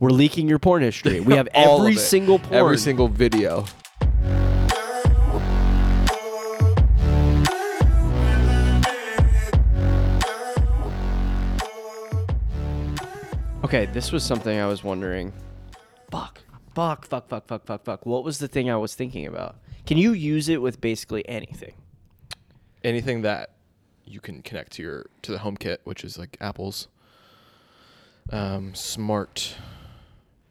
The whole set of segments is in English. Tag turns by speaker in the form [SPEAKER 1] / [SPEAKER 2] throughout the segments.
[SPEAKER 1] We're leaking your porn history. We have
[SPEAKER 2] All of
[SPEAKER 1] every
[SPEAKER 2] it.
[SPEAKER 1] single porn.
[SPEAKER 2] every single video.
[SPEAKER 1] Okay, this was something I was wondering. Fuck. Fuck, fuck, fuck, fuck, fuck, fuck. What was the thing I was thinking about? Can you use it with basically anything?
[SPEAKER 2] Anything that you can connect to your to the home kit, which is like Apple's um, smart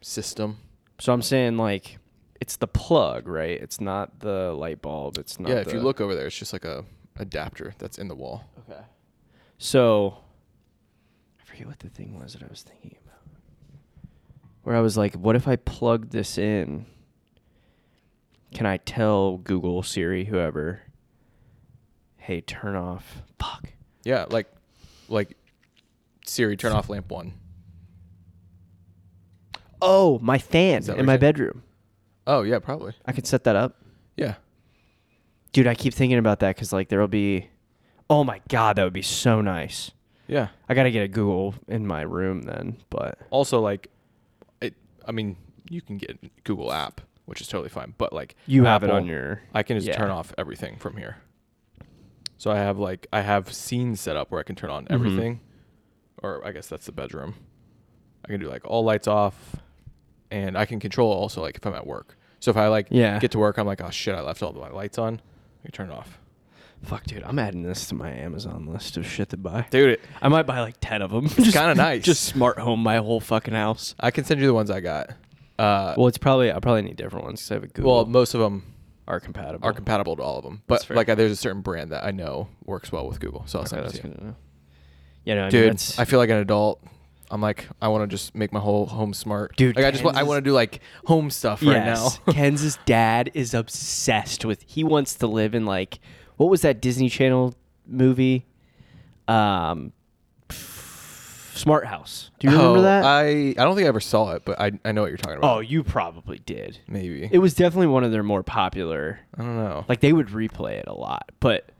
[SPEAKER 2] system.
[SPEAKER 1] So I'm saying like it's the plug, right? It's not the light bulb. It's not
[SPEAKER 2] yeah, if you
[SPEAKER 1] the-
[SPEAKER 2] look over there, it's just like a adapter that's in the wall.
[SPEAKER 1] Okay. So I forget what the thing was that I was thinking about. Where I was like, what if I plug this in? Can I tell Google, Siri, whoever, hey, turn off fuck.
[SPEAKER 2] Yeah, like like Siri, turn off lamp one.
[SPEAKER 1] Oh, my fan
[SPEAKER 2] that what
[SPEAKER 1] in
[SPEAKER 2] you're
[SPEAKER 1] my
[SPEAKER 2] saying?
[SPEAKER 1] bedroom.
[SPEAKER 2] Oh yeah, probably.
[SPEAKER 1] I could set that up.
[SPEAKER 2] Yeah.
[SPEAKER 1] Dude, I keep thinking about that because like there'll be Oh my god, that would be so nice.
[SPEAKER 2] Yeah.
[SPEAKER 1] I gotta get a Google in my room then, but
[SPEAKER 2] Also like it I mean, you can get a Google app, which is totally fine, but like
[SPEAKER 1] you have it
[SPEAKER 2] Apple,
[SPEAKER 1] on your
[SPEAKER 2] I can just
[SPEAKER 1] yeah.
[SPEAKER 2] turn off everything from here. So I have like I have scenes set up where I can turn
[SPEAKER 1] Mm-hmm.
[SPEAKER 2] on everything. Or I guess that's the bedroom. I can do like all lights off and I can control also like if I'm at work. So if I like
[SPEAKER 1] Yeah.
[SPEAKER 2] get to work, I'm like, oh shit, I left all my lights on. I can turn it off.
[SPEAKER 1] Fuck, dude, I'm adding this to my Amazon list of shit to buy.
[SPEAKER 2] Dude, it,
[SPEAKER 1] I might buy like ten of them. It's
[SPEAKER 2] kinda nice.
[SPEAKER 1] Just smart home my whole fucking house.
[SPEAKER 2] I can send you the ones I got. Uh,
[SPEAKER 1] Well, it's probably I probably need different ones because I have a Google.
[SPEAKER 2] well, most of them
[SPEAKER 1] are compatible.
[SPEAKER 2] are compatible to all of them,
[SPEAKER 1] That's
[SPEAKER 2] but
[SPEAKER 1] fair.
[SPEAKER 2] like uh, there's a certain brand that I know works well with Google, so I'll
[SPEAKER 1] Okay,
[SPEAKER 2] send it
[SPEAKER 1] that's
[SPEAKER 2] to you.
[SPEAKER 1] good to know. Yeah, no, I mean,
[SPEAKER 2] Dude,
[SPEAKER 1] that's-
[SPEAKER 2] I feel like an adult. I'm like, I want to just make my whole home smart.
[SPEAKER 1] Dude,
[SPEAKER 2] like I just want,
[SPEAKER 1] Ken's
[SPEAKER 2] I
[SPEAKER 1] is-
[SPEAKER 2] want to do like home stuff
[SPEAKER 1] Yes.
[SPEAKER 2] right now.
[SPEAKER 1] Ken's dad is obsessed with. He wants to live in like what was that Disney Channel movie? Um, Smart House. Do you remember
[SPEAKER 2] Oh,
[SPEAKER 1] that?
[SPEAKER 2] I I don't think I ever saw it, but I I know what you're talking about.
[SPEAKER 1] oh, you probably did.
[SPEAKER 2] maybe
[SPEAKER 1] It was definitely one of their more popular.
[SPEAKER 2] I don't know.
[SPEAKER 1] Like they would replay it a lot, but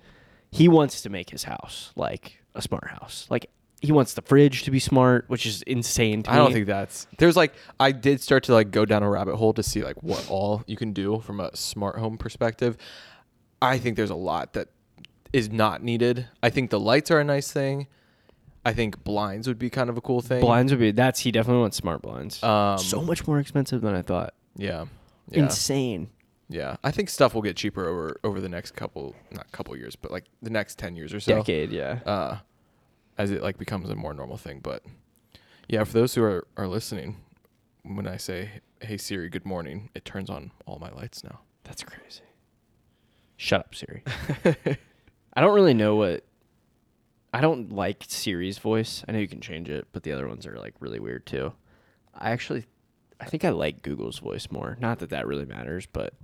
[SPEAKER 1] he wants to make his house like a smart house. Like he wants the fridge to be smart, which is insane to
[SPEAKER 2] I don't
[SPEAKER 1] me.
[SPEAKER 2] think that's there's like I did start to like go down a rabbit hole to see like what all you can do from a smart home perspective. I think there's a lot that is not needed. I think the lights are a nice thing. I think blinds would be kind of a cool thing.
[SPEAKER 1] blinds would be that's he definitely wants smart blinds.
[SPEAKER 2] Um,
[SPEAKER 1] so much more expensive than I thought.
[SPEAKER 2] yeah. Yeah.
[SPEAKER 1] Insane.
[SPEAKER 2] yeah. I think stuff will get cheaper over over the next couple not couple years, but like the next 10 years or so.
[SPEAKER 1] Decade, yeah.
[SPEAKER 2] Uh as it like becomes a more normal thing, but yeah, for those who are are listening, when I say hey Siri, good morning, it turns on all my lights now.
[SPEAKER 1] That's crazy. Shut up, Siri. I don't really know what. I don't like Siri's voice. I know you can change it, but the other ones are like really weird too. I actually, I think I like Google's voice more. Not that that really matters, but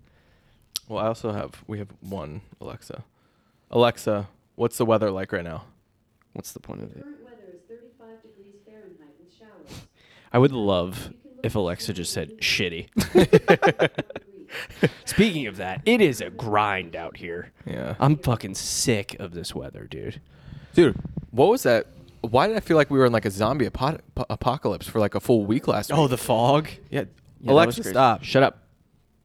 [SPEAKER 2] Well, I also have we have one Alexa. Alexa, what's the weather like right now?
[SPEAKER 1] what's the point of it?
[SPEAKER 3] Current weather is 35 degrees Fahrenheit with showers.
[SPEAKER 1] I would love if Alexa just said shitty. Speaking of that, it is a grind out here.
[SPEAKER 2] Yeah.
[SPEAKER 1] I'm fucking sick of this weather, dude.
[SPEAKER 2] Uh, Dude, what was that? Why did I feel like we were in like a zombie apo- po- apocalypse for like a full week last week?
[SPEAKER 1] Oh, the fog.
[SPEAKER 2] yeah.
[SPEAKER 1] Yeah, that was
[SPEAKER 2] Alexa,
[SPEAKER 1] crazy.
[SPEAKER 2] stop.
[SPEAKER 1] Shut up,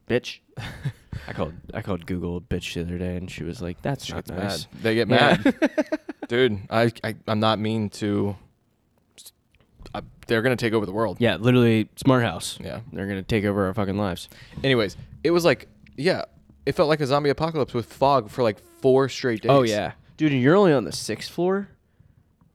[SPEAKER 1] bitch. I called I called Google a bitch the other day, and she was like, "That's not
[SPEAKER 2] It's
[SPEAKER 1] nice."
[SPEAKER 2] mad. They get
[SPEAKER 1] Yeah.
[SPEAKER 2] mad. Dude, I, I I'm not mean to. I, they're gonna take over the world.
[SPEAKER 1] Yeah, literally, smart house.
[SPEAKER 2] Yeah.
[SPEAKER 1] they're gonna take over our fucking lives.
[SPEAKER 2] Anyways, it was like yeah, it felt like a zombie apocalypse with fog for like four straight days.
[SPEAKER 1] Oh yeah, dude, and you're only on the sixth floor.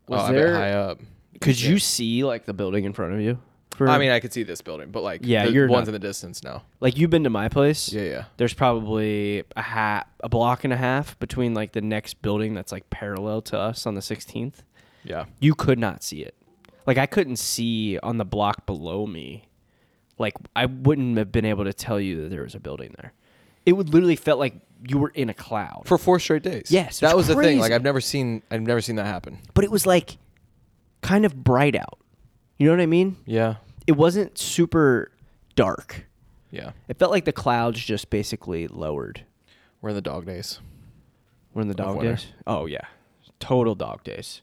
[SPEAKER 2] Oh,
[SPEAKER 1] Was
[SPEAKER 2] I bet
[SPEAKER 1] there?
[SPEAKER 2] high up?
[SPEAKER 1] Could you see like the building in front of you? For,
[SPEAKER 2] I mean, I could see this building, but like
[SPEAKER 1] Yeah,
[SPEAKER 2] the
[SPEAKER 1] you're
[SPEAKER 2] ones
[SPEAKER 1] not-
[SPEAKER 2] in the distance now.
[SPEAKER 1] like you've been to my place.
[SPEAKER 2] Yeah, yeah.
[SPEAKER 1] There's probably a hat, a block and a half between like the next building that's like parallel to us on the 16th.
[SPEAKER 2] Yeah.
[SPEAKER 1] you could not see it. Like I couldn't see on the block below me. Like I wouldn't have been able to tell you that there was a building there. It would literally felt like you were in a cloud.
[SPEAKER 2] For four straight days.
[SPEAKER 1] Yes, it
[SPEAKER 2] That
[SPEAKER 1] was
[SPEAKER 2] was the thing. Like
[SPEAKER 1] crazy.
[SPEAKER 2] I've never seen I've never seen that happen.
[SPEAKER 1] but it was like kind of bright out. You know what I mean?
[SPEAKER 2] Yeah.
[SPEAKER 1] It wasn't super dark.
[SPEAKER 2] Yeah.
[SPEAKER 1] It felt like the clouds just basically lowered.
[SPEAKER 2] We're in the dog days.
[SPEAKER 1] We're in the
[SPEAKER 2] Of
[SPEAKER 1] dog
[SPEAKER 2] winter.
[SPEAKER 1] days. Oh yeah. Total dog days.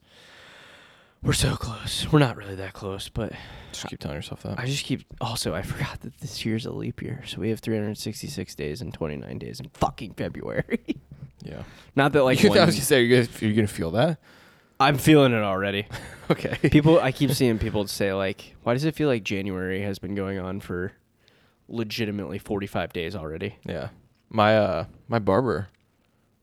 [SPEAKER 1] We're so close. We're not really that close, but
[SPEAKER 2] Just keep telling yourself that.
[SPEAKER 1] I just keep. Also, I forgot that this year's a leap year, so we have 366 days and 29 days in fucking February.
[SPEAKER 2] yeah.
[SPEAKER 1] not that like
[SPEAKER 2] Like you, I
[SPEAKER 1] one-
[SPEAKER 2] was gonna say, you're gonna, you're gonna feel that.
[SPEAKER 1] I'm feeling it already.
[SPEAKER 2] Okay.
[SPEAKER 1] People, I keep seeing people say like, "Why does it feel like January has been going on for legitimately 45 days already?"
[SPEAKER 2] Yeah. My uh my barber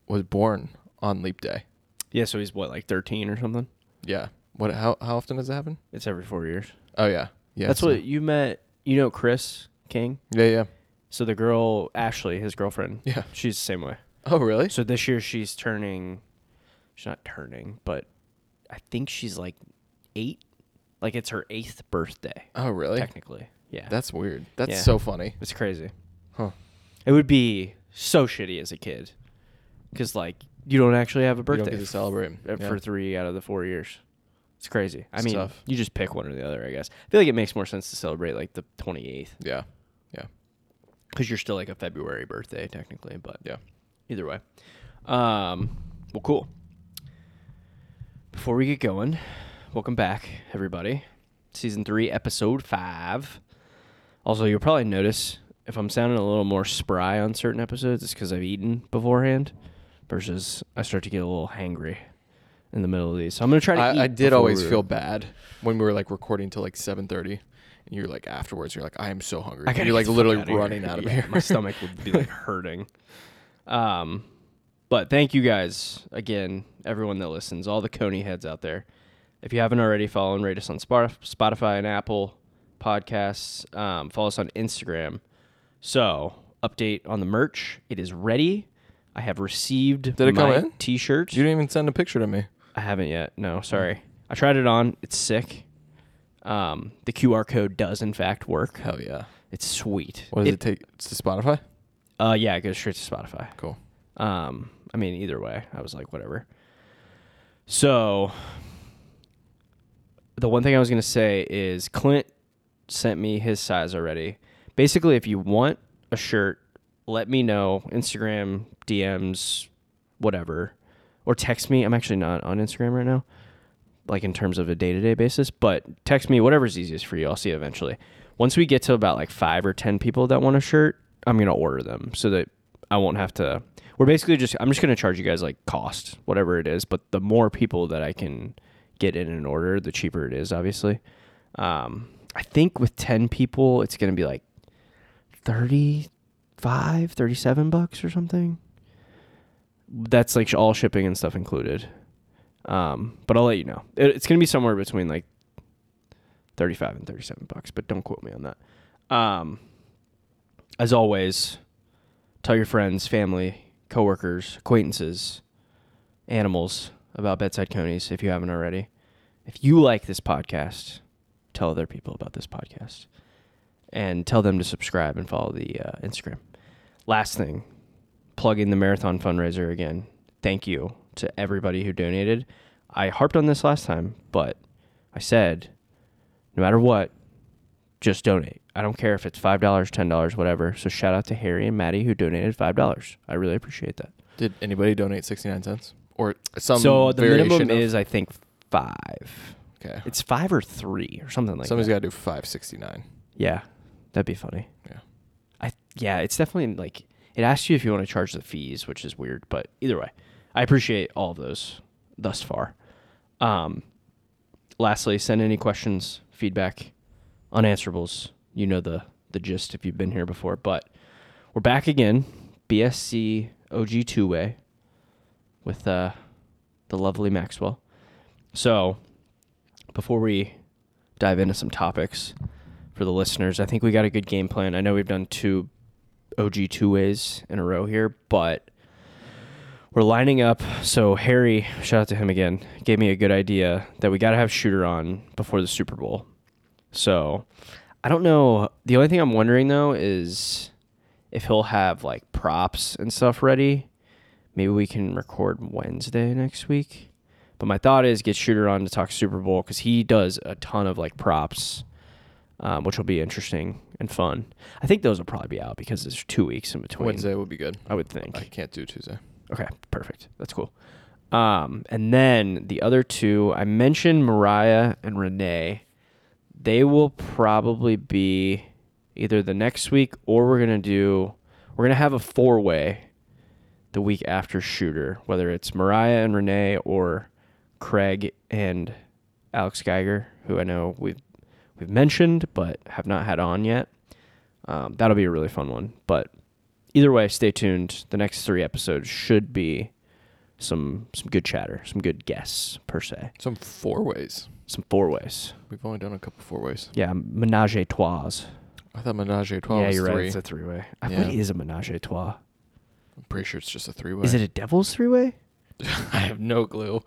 [SPEAKER 2] was born on leap day.
[SPEAKER 1] Yeah, so he's what like 13 or something.
[SPEAKER 2] Yeah. What how how often does that happen?
[SPEAKER 1] It's every four years.
[SPEAKER 2] Oh yeah. Yeah.
[SPEAKER 1] That's
[SPEAKER 2] so-
[SPEAKER 1] what you met. You know Chris King.
[SPEAKER 2] Yeah, yeah.
[SPEAKER 1] So the girl Ashley, his girlfriend.
[SPEAKER 2] Yeah.
[SPEAKER 1] she's the same way.
[SPEAKER 2] Oh really?
[SPEAKER 1] So this year she's turning. She's not turning, but I think she's like eight. Like it's her eighth birthday
[SPEAKER 2] Oh really?
[SPEAKER 1] technically. Yeah,
[SPEAKER 2] That's weird. That's
[SPEAKER 1] Yeah.
[SPEAKER 2] so funny.
[SPEAKER 1] it's crazy.
[SPEAKER 2] Huh.
[SPEAKER 1] It would be so shitty as a kid, because like you don't actually have a
[SPEAKER 2] You
[SPEAKER 1] birthday
[SPEAKER 2] don't get to celebrate.
[SPEAKER 1] f- uh,
[SPEAKER 2] Yeah.
[SPEAKER 1] for three out of the four years. It's crazy. I
[SPEAKER 2] It's
[SPEAKER 1] mean,
[SPEAKER 2] tough.
[SPEAKER 1] you just pick one or the other, I guess. I feel like it makes more sense to celebrate like the twenty eighth
[SPEAKER 2] Yeah. Yeah.
[SPEAKER 1] because you're still like a February birthday technically, but
[SPEAKER 2] Yeah.
[SPEAKER 1] either way. Um, well, cool. Before we get going, welcome back, everybody. Season three, episode five. Also, you'll probably notice if I'm sounding a little more spry on certain episodes, it's because I've eaten beforehand versus I start to get a little hangry in the middle of these. So I'm going to try to eat
[SPEAKER 2] I, I did
[SPEAKER 1] before
[SPEAKER 2] always
[SPEAKER 1] we-
[SPEAKER 2] feel bad when we were like recording till like seven thirty and you're like afterwards you're like, I am so hungry.
[SPEAKER 1] I
[SPEAKER 2] And
[SPEAKER 1] gotta get
[SPEAKER 2] you're like
[SPEAKER 1] the fuck
[SPEAKER 2] literally
[SPEAKER 1] outta here.
[SPEAKER 2] running out of
[SPEAKER 1] Yeah,
[SPEAKER 2] here.
[SPEAKER 1] My stomach would be like hurting. Um, but thank you guys again, everyone that listens, all the Coney heads out there. If you haven't already, follow and rate us on Spotif- Spotify and Apple podcasts. Um, follow us on Instagram. So, update on the merch. It is ready. I have received
[SPEAKER 2] Did it come
[SPEAKER 1] my
[SPEAKER 2] in?
[SPEAKER 1] t-shirt.
[SPEAKER 2] you didn't even send a picture to me.
[SPEAKER 1] I haven't yet. No, sorry. I tried it on. It's sick. Um, the QR code does in fact work.
[SPEAKER 2] Hell yeah.
[SPEAKER 1] It's sweet.
[SPEAKER 2] What does it, take? It's to Spotify?
[SPEAKER 1] Uh, yeah, it goes straight to Spotify.
[SPEAKER 2] Cool.
[SPEAKER 1] Um, I mean, either way, I was like, whatever. So, the one thing I was gonna say is Clint sent me his size already. Basically, if you want a shirt, let me know Instagram DMs, whatever, or text me. I'm actually not on Instagram right now, like in terms of a day to day basis, but text me whatever's easiest for you. I'll see you eventually. Once we get to about like five or ten people that want a shirt, I'm gonna order them so that I won't have to. We're basically just. I'm just gonna charge you guys like cost, whatever it is. But the more people that I can get in an order, the cheaper it is, obviously. Um, I think with ten people, it's gonna be like 35 37 bucks or something that's like sh- all shipping and stuff included um but i'll let you know it, it's gonna be somewhere between like 35 and 37 bucks but don't quote me on that um as always tell your friends family coworkers acquaintances animals about bedside conies if you haven't already if you like this podcast tell other people about this podcast and tell them to subscribe and follow the uh, Instagram. Last thing, plug in the marathon fundraiser again. Thank you to everybody who donated. I harped on this last time, but I said, no matter what, just donate. I don't care if it's five dollars, ten dollars, whatever. So shout out to Harry and Maddie who donated five dollars. I really appreciate that.
[SPEAKER 2] Did anybody donate 69 cents? Or some
[SPEAKER 1] so the
[SPEAKER 2] variation
[SPEAKER 1] minimum
[SPEAKER 2] of-
[SPEAKER 1] is, I think, five.
[SPEAKER 2] Okay.
[SPEAKER 1] It's five or three or something like
[SPEAKER 2] Somebody's
[SPEAKER 1] that.
[SPEAKER 2] got to do 569.
[SPEAKER 1] yeah, that'd be funny.
[SPEAKER 2] Yeah.
[SPEAKER 1] I yeah, it's definitely like it asks you if you want to charge the fees, which is weird, but either way, I appreciate all of those thus far. Um, lastly, send any questions, feedback, unanswerables. You know the the gist if you've been here before, but we're back again, BSC OG two way with uh, the lovely Maxwell. So before we dive into some topics for the listeners, I think we got a good game plan. I know we've done two OG two ways in a row here, but we're lining up. So Harry, shout out to him again, gave me a good idea that we got to have shooter on before the Super Bowl. So I don't know. The only thing I'm wondering though is if he'll have like props and stuff ready. Maybe we can record Wednesday next week. But my thought is get Shooter on to talk Super Bowl because he does a ton of like props, um, which will be interesting and fun. I think those will probably be out because there's two weeks in between.
[SPEAKER 2] Wednesday would be good.
[SPEAKER 1] I would
[SPEAKER 2] I
[SPEAKER 1] think.
[SPEAKER 2] can't do Tuesday.
[SPEAKER 1] Okay, perfect. That's cool. Um, and then the other two, I mentioned Mariah and Renee. They will probably be either the next week or we're gonna do we're gonna have a four way the week after shooter, whether it's Mariah and Renee or Craig and Alex Geiger, who I know we've we've mentioned but have not had on yet. Um, that'll be a really fun one. But either way, stay tuned. The next three episodes should be some some good chatter, some good guests per se,
[SPEAKER 2] Some four ways.
[SPEAKER 1] some four ways.
[SPEAKER 2] We've only done a couple four ways.
[SPEAKER 1] Yeah, menage a trois.
[SPEAKER 2] I thought Menage a Trois
[SPEAKER 1] yeah,
[SPEAKER 2] was
[SPEAKER 1] you're right.
[SPEAKER 2] three.
[SPEAKER 1] It's a three way.
[SPEAKER 2] Yeah.
[SPEAKER 1] What is a menage a trois?
[SPEAKER 2] I'm pretty sure it's just a three way.
[SPEAKER 1] Is it a devil's three way?
[SPEAKER 2] I have no clue.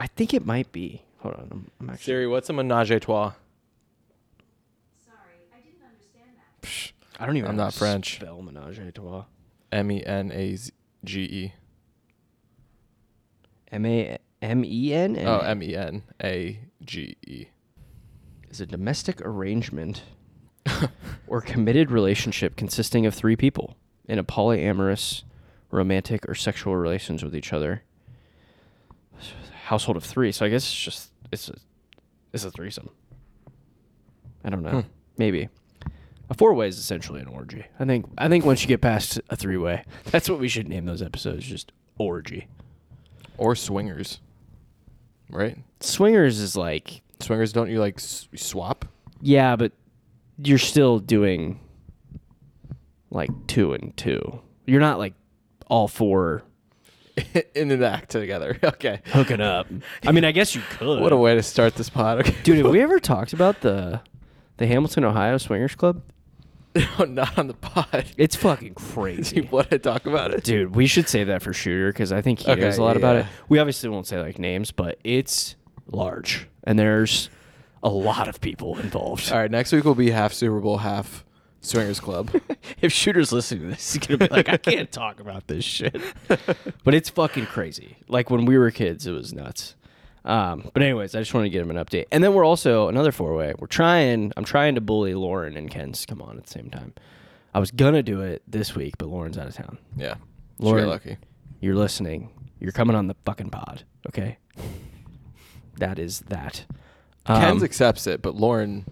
[SPEAKER 1] I think it might be. Hold on, I'm, I'm actually.
[SPEAKER 2] Siri, what's a Menage a Trois?
[SPEAKER 3] Sorry, I didn't understand that.
[SPEAKER 1] I don't even.
[SPEAKER 2] I'm
[SPEAKER 1] know how
[SPEAKER 2] not
[SPEAKER 1] to
[SPEAKER 2] French.
[SPEAKER 1] Spell menage a trois.
[SPEAKER 2] M E N A G E.
[SPEAKER 1] M a m e n.
[SPEAKER 2] Oh, M E N A G E.
[SPEAKER 1] is a domestic arrangement or committed relationship consisting of three people in a polyamorous, romantic, or sexual relations with each other. Household of three, so I guess it's just it's a it's a threesome. I don't know,
[SPEAKER 2] Hmm.
[SPEAKER 1] maybe a four way is essentially an orgy. I think I think once you get past a three way, that's what we should name those episodes, just orgy.
[SPEAKER 2] Or swingers. Right?
[SPEAKER 1] Swingers is like
[SPEAKER 2] Swingers, don't you like s- swap?
[SPEAKER 1] Yeah, but you're still doing like two and two. You're not like all four
[SPEAKER 2] In an act together. Okay.
[SPEAKER 1] hooking up. I mean, I guess you could.
[SPEAKER 2] What a way to start this pod. Okay.
[SPEAKER 1] Dude, have we ever talked about the the Hamilton, Ohio Swingers Club?
[SPEAKER 2] no, not on the pod.
[SPEAKER 1] It's fucking
[SPEAKER 2] Do you
[SPEAKER 1] crazy.
[SPEAKER 2] want to talk about it?
[SPEAKER 1] Dude, we should say that for Shooter because I think he
[SPEAKER 2] Okay,
[SPEAKER 1] knows a lot about it.
[SPEAKER 2] yeah.
[SPEAKER 1] We obviously won't say like names, but it's large and there's a lot of people involved.
[SPEAKER 2] All right, next week will be half Super Bowl, half Swingers Club.
[SPEAKER 1] if shooters listening to this he's gonna be like i can't talk about this shit but it's fucking crazy like when we were kids it was nuts um, but anyways i just wanted to give him an update and then we're also another four way we're trying i'm trying to bully lauren and ken's come on at the same time i was gonna do it this week but lauren's out of town
[SPEAKER 2] yeah.
[SPEAKER 1] Lauren.
[SPEAKER 2] Sure, lucky.
[SPEAKER 1] you're listening you're coming on the fucking pod okay that is that Um,
[SPEAKER 2] Ken's accepts it, but Lauren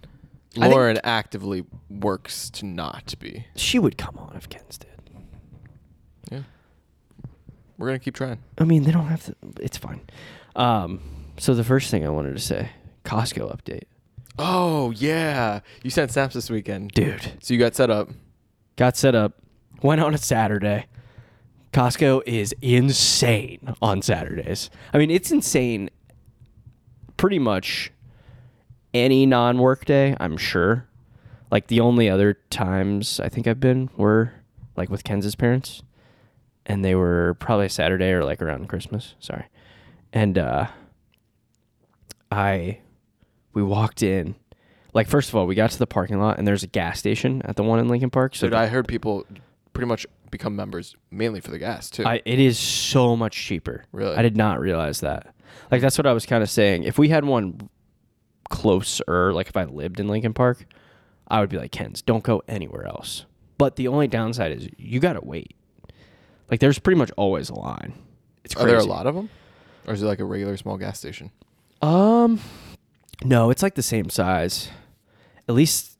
[SPEAKER 1] I think-
[SPEAKER 2] Lauren actively works to not be.
[SPEAKER 1] she would come on if ken's did
[SPEAKER 2] Yeah. We're gonna keep trying.
[SPEAKER 1] I mean, they don't have to. It's fine. Um, so the first thing I wanted to say, Costco update,
[SPEAKER 2] Oh yeah. You sent snaps this weekend.
[SPEAKER 1] dude.
[SPEAKER 2] So you got set up.
[SPEAKER 1] Got set up, went on a Saturday. Costco is insane on Saturdays. I mean, it's insane. Pretty much any non-work day, I'm sure. Like the only other times I think I've been were like with Ken's parents, and they were probably Saturday or like around Christmas. Sorry, and uh, I we walked in. Like first of all, we got to the parking lot, and there's a gas station at the one in Lincoln Park. So
[SPEAKER 2] Dude, I heard people pretty much become members mainly for the gas too.
[SPEAKER 1] I, it is so much cheaper.
[SPEAKER 2] Really?
[SPEAKER 1] I did not realize that. Like that's what I was kind of saying. If we had one closer, like if I lived in Lincoln Park, I would be like Ken's. Don't go anywhere else. But the only downside is you gotta wait. Like there's pretty much always a line. It's
[SPEAKER 2] Are
[SPEAKER 1] crazy.
[SPEAKER 2] there a lot of them? Or is it like a regular small gas station?
[SPEAKER 1] Um, no, it's like the same size. At least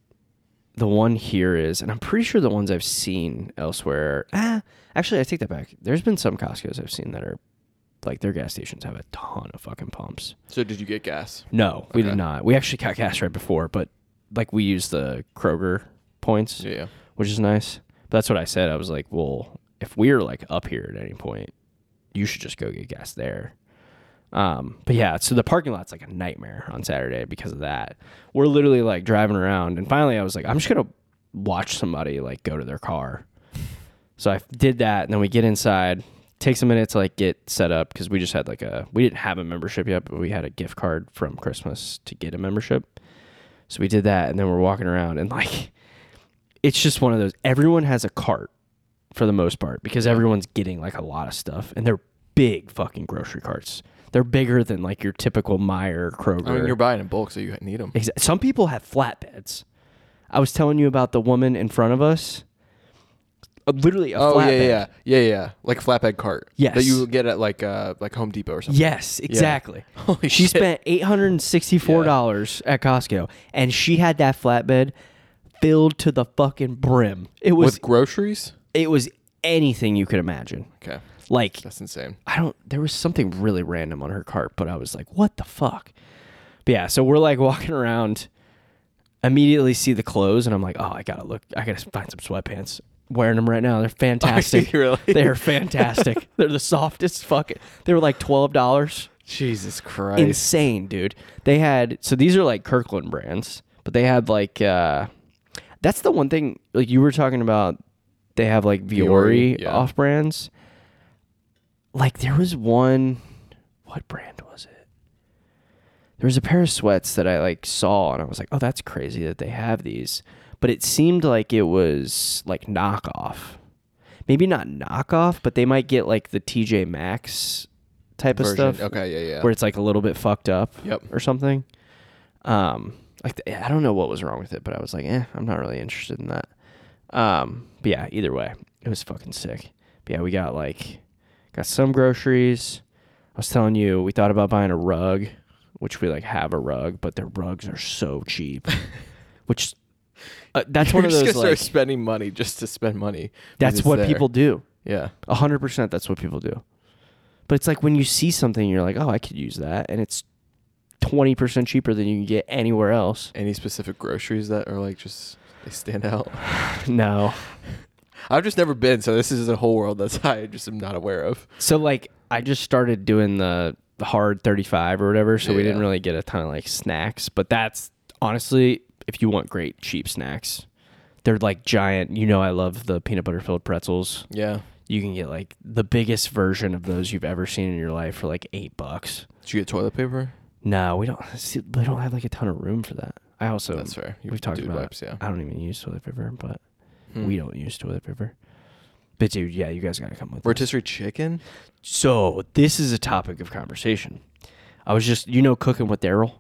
[SPEAKER 1] the one here is, and I'm pretty sure the ones I've seen elsewhere. Ah, actually, I take that back. There's been some Costco's I've seen that are like their gas stations have a ton of fucking pumps.
[SPEAKER 2] So did you get gas?
[SPEAKER 1] No, we
[SPEAKER 2] Okay.
[SPEAKER 1] did not. We actually got gas right before, but like we used the Kroger points,
[SPEAKER 2] Yeah.
[SPEAKER 1] which is nice. But that's what I said. I was like, well, if we're like up here at any point, you should just go get gas there. Um, but yeah, so the parking lot's like a nightmare on Saturday because of that. We're literally like driving around, and finally I was like, I'm just gonna watch somebody like go to their car. So I did that, and then we get inside. Takes a minute to like get set up because we just had like a we didn't have a membership yet, but we had a gift card from Christmas to get a membership. So we did that, and then we're walking around, and like it's just one of those. Everyone has a cart for the most part because everyone's getting like a lot of stuff, and they're big fucking grocery carts. They're bigger than like your typical Meyer Kroger.
[SPEAKER 2] I mean, you're buying in bulk, so you need them.
[SPEAKER 1] Exa- Some people have flatbeds. I was telling you about the woman in front of us. a, Uh, literally a
[SPEAKER 2] oh
[SPEAKER 1] flatbed.
[SPEAKER 2] yeah, yeah, yeah, yeah, like a flatbed cart. that
[SPEAKER 1] Yes.
[SPEAKER 2] you would get at like uh like Home Depot or something.
[SPEAKER 1] Yes, exactly.
[SPEAKER 2] Holy
[SPEAKER 1] she
[SPEAKER 2] shit.
[SPEAKER 1] spent eight hundred and sixty-four dollars at Costco, and she had that flatbed filled to the fucking brim. It was
[SPEAKER 2] with groceries.
[SPEAKER 1] it was anything you could imagine.
[SPEAKER 2] Okay,
[SPEAKER 1] Like
[SPEAKER 2] that's insane.
[SPEAKER 1] I don't. There was something really random on her cart, but I was like, "What the fuck?" But yeah, so we're like walking around, immediately see the clothes, and I'm like, "Oh, I gotta look. I gotta find some sweatpants." Wearing them right now, they're fantastic.
[SPEAKER 2] Really?
[SPEAKER 1] they are fantastic. they're the softest fucking. They were like twelve dollars.
[SPEAKER 2] Jesus Christ.
[SPEAKER 1] Insane, dude. They had so these are like Kirkland brands, but they had like uh that's the one thing like you were talking about. They have like Viore,
[SPEAKER 2] Vuori, yeah.
[SPEAKER 1] off brands. Like there was one, what brand was it? There was a pair of sweats that I like saw, and I was like, oh, that's crazy that they have these. But it seemed like it was like knockoff. Maybe not knockoff, but they might get like the TJ Maxx type
[SPEAKER 2] Version.
[SPEAKER 1] of stuff
[SPEAKER 2] Okay, yeah, yeah.
[SPEAKER 1] where it's like a little bit fucked up
[SPEAKER 2] Yep.
[SPEAKER 1] or something. Um, like th- I don't know what was wrong with it, but I was like, eh, I'm not really interested in that. Um, but yeah, either way, it was fucking sick. But yeah, we got like got some groceries. I was telling you, we thought about buying a rug, which we like have a rug, but their rugs are so cheap. which uh, that's one
[SPEAKER 2] You're
[SPEAKER 1] of
[SPEAKER 2] just
[SPEAKER 1] those
[SPEAKER 2] gonna
[SPEAKER 1] like
[SPEAKER 2] start spending money just to spend money.
[SPEAKER 1] that's
[SPEAKER 2] because
[SPEAKER 1] what
[SPEAKER 2] there.
[SPEAKER 1] people do.
[SPEAKER 2] Yeah.
[SPEAKER 1] A hundred percent, that's what people do. But it's like when you see something, you're like, oh, I could use that, and it's twenty percent cheaper than you can get anywhere else.
[SPEAKER 2] Any specific groceries that are like just they stand out.
[SPEAKER 1] no.
[SPEAKER 2] I've just never been, so this is a whole world that's I just am not aware of.
[SPEAKER 1] So like, I just started doing the the hard thirty-five or whatever, so we didn't
[SPEAKER 2] Yeah.
[SPEAKER 1] really get a ton of like snacks. But that's honestly, if you want great cheap snacks, they're like giant. You know, I love the peanut butter filled pretzels.
[SPEAKER 2] Yeah.
[SPEAKER 1] You can get like the biggest version of those you've ever seen in your life for like eight bucks.
[SPEAKER 2] Did you get toilet paper?
[SPEAKER 1] No, we don't. See, we don't have like a ton of room for that. I also
[SPEAKER 2] That's fair. You
[SPEAKER 1] we've talked
[SPEAKER 2] dude
[SPEAKER 1] about.
[SPEAKER 2] wipes, yeah.
[SPEAKER 1] I don't even use toilet paper, but
[SPEAKER 2] Hmm.
[SPEAKER 1] we don't use toilet paper. But dude, yeah, you guys gotta come with. us.
[SPEAKER 2] Rotisserie chicken?
[SPEAKER 1] so this is a topic of conversation. I was just, you know, cooking with Daryl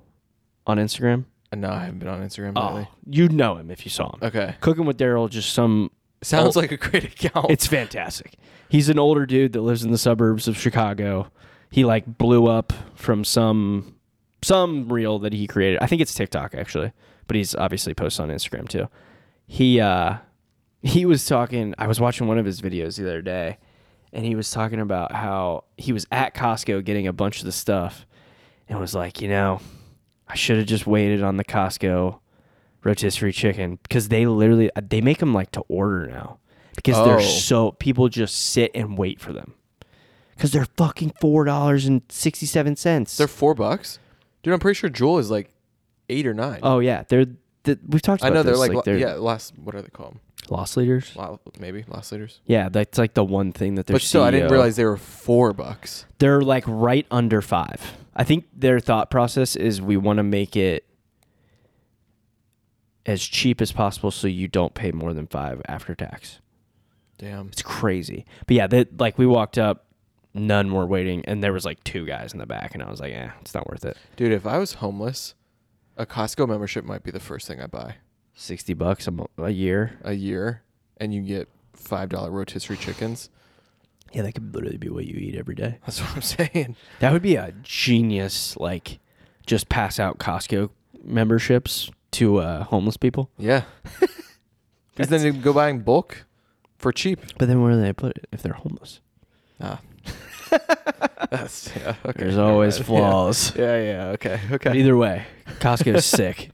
[SPEAKER 1] on Instagram.
[SPEAKER 2] Uh, No, I haven't been on Instagram
[SPEAKER 1] Oh,
[SPEAKER 2] lately.
[SPEAKER 1] you'd know him if you saw him.
[SPEAKER 2] Okay.
[SPEAKER 1] Cooking with Daryl, just some.
[SPEAKER 2] Sounds
[SPEAKER 1] Oh.
[SPEAKER 2] like a great account.
[SPEAKER 1] It's fantastic. He's an older dude that lives in the suburbs of Chicago. He like blew up from some some reel that he created. I think it's TikTok actually, but he's obviously posted on Instagram too. He uh he was talking I was watching one of his videos the other day and he was talking about how he was at Costco getting a bunch of the stuff and was like, you know, I should have just waited on the Costco rotisserie chicken because they literally uh, they make them like to order now because
[SPEAKER 2] Oh.
[SPEAKER 1] they're so people just sit and wait for them because they're fucking four dollars and sixty seven cents.
[SPEAKER 2] They're four bucks? Dude, I'm pretty sure Jewel is like eight or nine.
[SPEAKER 1] Oh yeah, they're th- we've talked.
[SPEAKER 2] I
[SPEAKER 1] About
[SPEAKER 2] know they're
[SPEAKER 1] this,
[SPEAKER 2] like,
[SPEAKER 1] they're
[SPEAKER 2] yeah, last what are they called?
[SPEAKER 1] loss leaders.
[SPEAKER 2] Lo- Maybe last leaders.
[SPEAKER 1] Yeah, that's like the one thing that they're.
[SPEAKER 2] But still, I didn't
[SPEAKER 1] CEO
[SPEAKER 2] realize they were four bucks.
[SPEAKER 1] they're like right under five. I think their thought process is we want to make it as cheap as possible so you don't pay more than five after tax.
[SPEAKER 2] Damn.
[SPEAKER 1] It's crazy. But yeah, they, like we walked up, none were waiting, and there was like two guys in the back, and I was like, eh, it's not worth it.
[SPEAKER 2] Dude, if I was homeless, a Costco membership might be the first thing I buy.
[SPEAKER 1] Sixty bucks a, mo- a year.
[SPEAKER 2] A year, and you get five dollar rotisserie chickens.
[SPEAKER 1] Yeah, that could literally be what you eat every day.
[SPEAKER 2] That's what I'm saying.
[SPEAKER 1] That would be a genius, like, just pass out Costco memberships to uh, homeless people.
[SPEAKER 2] Yeah. Because then you can go buy in bulk for cheap.
[SPEAKER 1] But then where do they put it if they're homeless?
[SPEAKER 2] Ah. That's yeah, okay.
[SPEAKER 1] There's always
[SPEAKER 2] Yeah.
[SPEAKER 1] flaws.
[SPEAKER 2] Yeah, yeah, okay.
[SPEAKER 1] But
[SPEAKER 2] Okay.
[SPEAKER 1] either way, Costco's sick.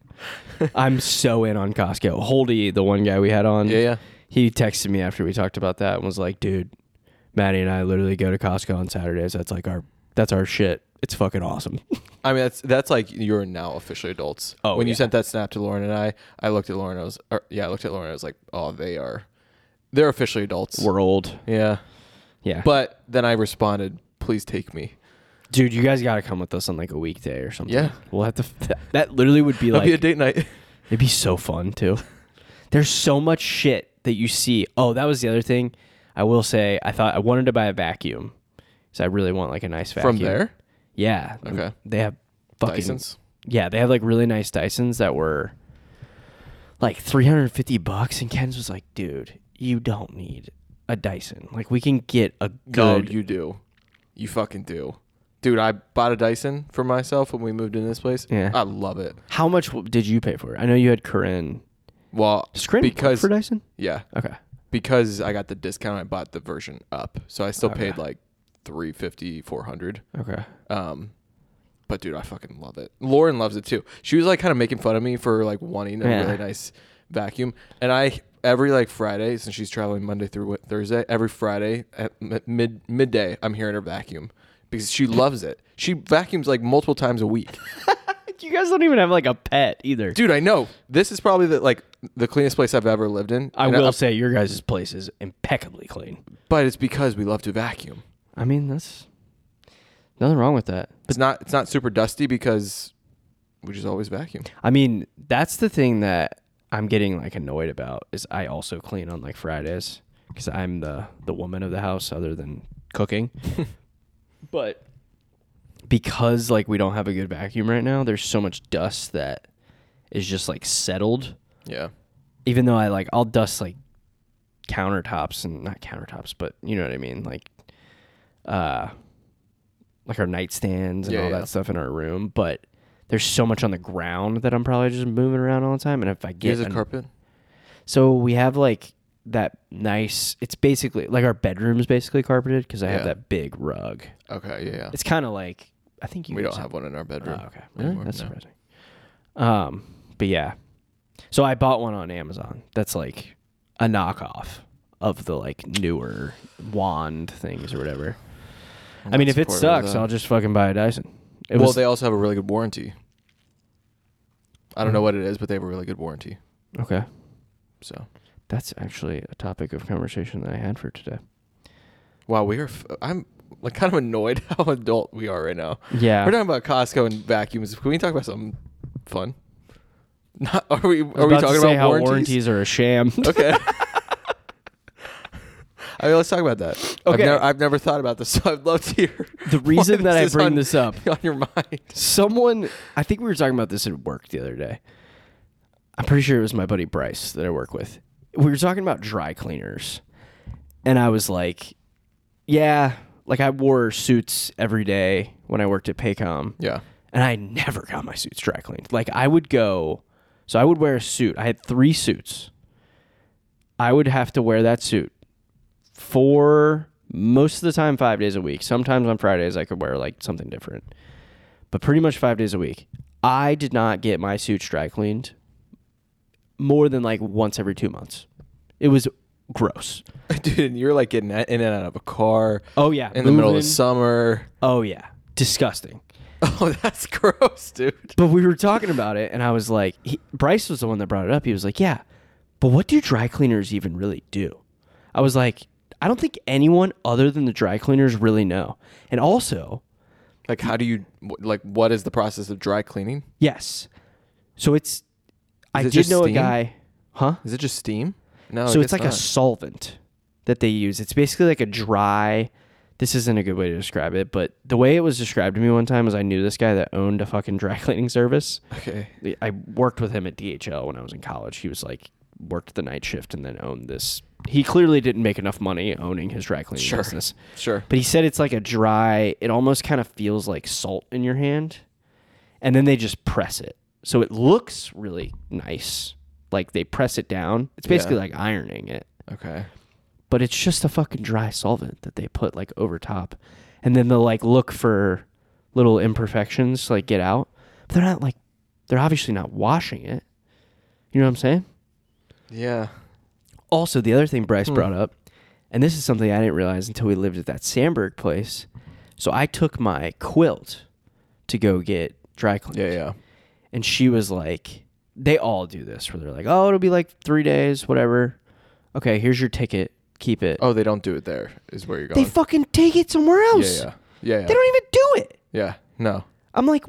[SPEAKER 1] I'm so in on Costco. Holdy, the one guy we had on,
[SPEAKER 2] Yeah, yeah.
[SPEAKER 1] he texted me after we talked about that and was like, "Dude, Maddie and I literally go to Costco on Saturdays. That's like our that's our shit. It's fucking awesome."
[SPEAKER 2] I mean that's that's like you're now officially adults.
[SPEAKER 1] Oh,
[SPEAKER 2] when you
[SPEAKER 1] yeah.
[SPEAKER 2] sent that snap to Lauren and I, I looked at Lauren. I was, or, yeah, I looked at Lauren. I was like, oh, they are, they're officially adults.
[SPEAKER 1] We're old.
[SPEAKER 2] yeah,
[SPEAKER 1] Yeah. But
[SPEAKER 2] but then I responded, please take me.
[SPEAKER 1] dude, you guys got to come with us on like a weekday or something.
[SPEAKER 2] Yeah.
[SPEAKER 1] We'll have to That literally would be
[SPEAKER 2] It'll
[SPEAKER 1] like
[SPEAKER 2] be a date night.
[SPEAKER 1] It'd be so fun too. There's so much shit that you see. Oh, that was the other thing. I will say, I thought I wanted to buy a vacuum because I really want like a nice vacuum
[SPEAKER 2] From there,
[SPEAKER 1] Yeah.
[SPEAKER 2] Okay.
[SPEAKER 1] They have fucking
[SPEAKER 2] Dyson's.
[SPEAKER 1] yeah. They have like really nice Dysons that were like 350 bucks, and Ken's was like, dude, you don't need a Dyson. Like we can get a
[SPEAKER 2] No,
[SPEAKER 1] good.
[SPEAKER 2] you do. You fucking do. Dude, I bought a Dyson for myself when we moved in this place.
[SPEAKER 1] Yeah.
[SPEAKER 2] I love it.
[SPEAKER 1] how much w- did you pay for it? I know you had Corinne.
[SPEAKER 2] Well,
[SPEAKER 1] Does Corinne work
[SPEAKER 2] because
[SPEAKER 1] for Dyson?
[SPEAKER 2] yeah,
[SPEAKER 1] Okay.
[SPEAKER 2] because I got the discount, I bought the version up. So I still
[SPEAKER 1] Okay.
[SPEAKER 2] paid like 350, 400.
[SPEAKER 1] Okay.
[SPEAKER 2] Um, but dude, I fucking love it. Lauren loves it too. She was like kind of making fun of me for like wanting a
[SPEAKER 1] Yeah.
[SPEAKER 2] really nice vacuum, and I every like Friday since she's traveling Monday through Wed- Thursday, every Friday at m- mid midday, I'm hearing her vacuum because she loves it. She vacuums like multiple times a week.
[SPEAKER 1] You guys don't even have like a pet either.
[SPEAKER 2] Dude, I know this is probably the like the cleanest place I've ever lived in.
[SPEAKER 1] I
[SPEAKER 2] and
[SPEAKER 1] will say your guys' place is impeccably clean.
[SPEAKER 2] but it's because we love to vacuum.
[SPEAKER 1] I mean, that's nothing wrong with that.
[SPEAKER 2] It's not it's not super dusty because we just always vacuum.
[SPEAKER 1] I mean, that's the thing that I'm getting like annoyed about is I also clean on like Fridays because I'm the the woman of the house other than cooking. but because like we don't have a good vacuum right now, there's so much dust that is just like settled.
[SPEAKER 2] Yeah.
[SPEAKER 1] Even though I like I'll dust like countertops and not countertops, but you know what I mean, like uh like our nightstands and
[SPEAKER 2] Yeah,
[SPEAKER 1] all
[SPEAKER 2] yeah.
[SPEAKER 1] that stuff in our room, but there's so much on the ground that I'm probably just moving around all the time. And if I
[SPEAKER 2] You
[SPEAKER 1] get
[SPEAKER 2] guys have
[SPEAKER 1] an-
[SPEAKER 2] carpet?
[SPEAKER 1] so we have like that nice, it's basically like our bedroom's basically carpeted because I have
[SPEAKER 2] Yeah.
[SPEAKER 1] that big rug.
[SPEAKER 2] Okay, yeah, yeah.
[SPEAKER 1] It's kind of like I think you
[SPEAKER 2] we
[SPEAKER 1] guys
[SPEAKER 2] don't have one in our bedroom.
[SPEAKER 1] Oh, okay,
[SPEAKER 2] Really?
[SPEAKER 1] Really? that's
[SPEAKER 2] No.
[SPEAKER 1] surprising. Um, but yeah, so I bought one on Amazon. That's like a knockoff of the like newer wand things or whatever.
[SPEAKER 2] I'm
[SPEAKER 1] I mean,
[SPEAKER 2] not
[SPEAKER 1] if it
[SPEAKER 2] supportive of
[SPEAKER 1] sucks,
[SPEAKER 2] that.
[SPEAKER 1] I'll just fucking buy a Dyson. It
[SPEAKER 2] well,
[SPEAKER 1] was,
[SPEAKER 2] they also have a really good warranty. I don't know what it is, but they have a really good warranty.
[SPEAKER 1] okay.
[SPEAKER 2] So,
[SPEAKER 1] That's actually a topic of conversation that I had for today.
[SPEAKER 2] wow, we are. F- I'm like kind of annoyed how adult we are right now.
[SPEAKER 1] Yeah.
[SPEAKER 2] We're talking about Costco and vacuums. Can we talk about something fun? Not are we?
[SPEAKER 1] I was
[SPEAKER 2] Are we
[SPEAKER 1] about
[SPEAKER 2] talking
[SPEAKER 1] to say
[SPEAKER 2] about
[SPEAKER 1] how
[SPEAKER 2] warranties?
[SPEAKER 1] are a sham?
[SPEAKER 2] Okay. I mean, let's talk about that. I've
[SPEAKER 1] Okay.
[SPEAKER 2] never, I've never thought about this, so I'd love to hear.
[SPEAKER 1] The
[SPEAKER 2] why
[SPEAKER 1] reason that I
[SPEAKER 2] is
[SPEAKER 1] bring
[SPEAKER 2] on-
[SPEAKER 1] this up-
[SPEAKER 2] on your mind.
[SPEAKER 1] Someone, I think we were talking about this at work the other day. I'm pretty sure it was my buddy Bryce that I work with. We were talking about dry cleaners, and I was like, "Yeah, like I wore suits every day when I worked at Paycom,
[SPEAKER 2] Yeah.
[SPEAKER 1] and I never got my suits dry cleaned. Like I would go, so I would wear a suit. I had three suits. I would have to wear that suit for most of the time, five days a week. Sometimes on Fridays, I could wear like something different, but pretty much five days a week. I did not get my suits dry cleaned more than like once every two months. It was gross.
[SPEAKER 2] Dude, and you're like getting in and out of a car
[SPEAKER 1] Oh yeah,
[SPEAKER 2] in the middle of the
[SPEAKER 1] moving.
[SPEAKER 2] summer.
[SPEAKER 1] Oh yeah, disgusting.
[SPEAKER 2] Oh, that's gross, dude.
[SPEAKER 1] But we were talking about it, and I was like, he, Bryce was the one that brought it up. He was like, Yeah, but what do dry cleaners even really do? I was like, I don't think anyone other than the dry cleaners really know. And also,
[SPEAKER 2] Like, how do you wh- like? What is the process of dry cleaning?
[SPEAKER 1] yes, so it's, I
[SPEAKER 2] it
[SPEAKER 1] did
[SPEAKER 2] just
[SPEAKER 1] know
[SPEAKER 2] steam?
[SPEAKER 1] a guy, huh?
[SPEAKER 2] Is it just steam? No,
[SPEAKER 1] so
[SPEAKER 2] I
[SPEAKER 1] it's like
[SPEAKER 2] guess
[SPEAKER 1] a
[SPEAKER 2] not.
[SPEAKER 1] solvent that they use. It's basically like a dry. This isn't a good way to describe it, but the way it was described to me one time was I knew this guy that owned a fucking dry cleaning service.
[SPEAKER 2] okay.
[SPEAKER 1] I worked with him at DHL when I was in college. He was like worked the night shift and then owned this. He clearly didn't make enough money owning his dry cleaning
[SPEAKER 2] Sure.
[SPEAKER 1] business.
[SPEAKER 2] Sure.
[SPEAKER 1] But he said it's like a dry, it almost kind of feels like salt in your hand. And then they just press it. So it looks really nice. Like they press it down. It's basically
[SPEAKER 2] Yeah.
[SPEAKER 1] like ironing it.
[SPEAKER 2] Okay.
[SPEAKER 1] But it's just a fucking dry solvent that they put like over top. And then they'll like look for little imperfections to like get out. But they're not like they're obviously not washing it. You know what I'm saying?
[SPEAKER 2] Yeah.
[SPEAKER 1] Also, the other thing
[SPEAKER 2] Hmm.
[SPEAKER 1] Bryce brought up, and this is something I didn't realize until we lived at that Sandberg place. So I took my quilt to go get dry cleaned.
[SPEAKER 2] Yeah. Yeah.
[SPEAKER 1] And she was like, they all do this where they're like, oh, it'll be like three days, whatever. Okay, here's your ticket. Keep it.
[SPEAKER 2] Oh, they don't do it there. Is where you're
[SPEAKER 1] they
[SPEAKER 2] going.
[SPEAKER 1] fucking take it somewhere
[SPEAKER 2] yeah.
[SPEAKER 1] else.
[SPEAKER 2] Yeah. Yeah. Yeah.
[SPEAKER 1] They don't even do it.
[SPEAKER 2] yeah. No.
[SPEAKER 1] I'm like,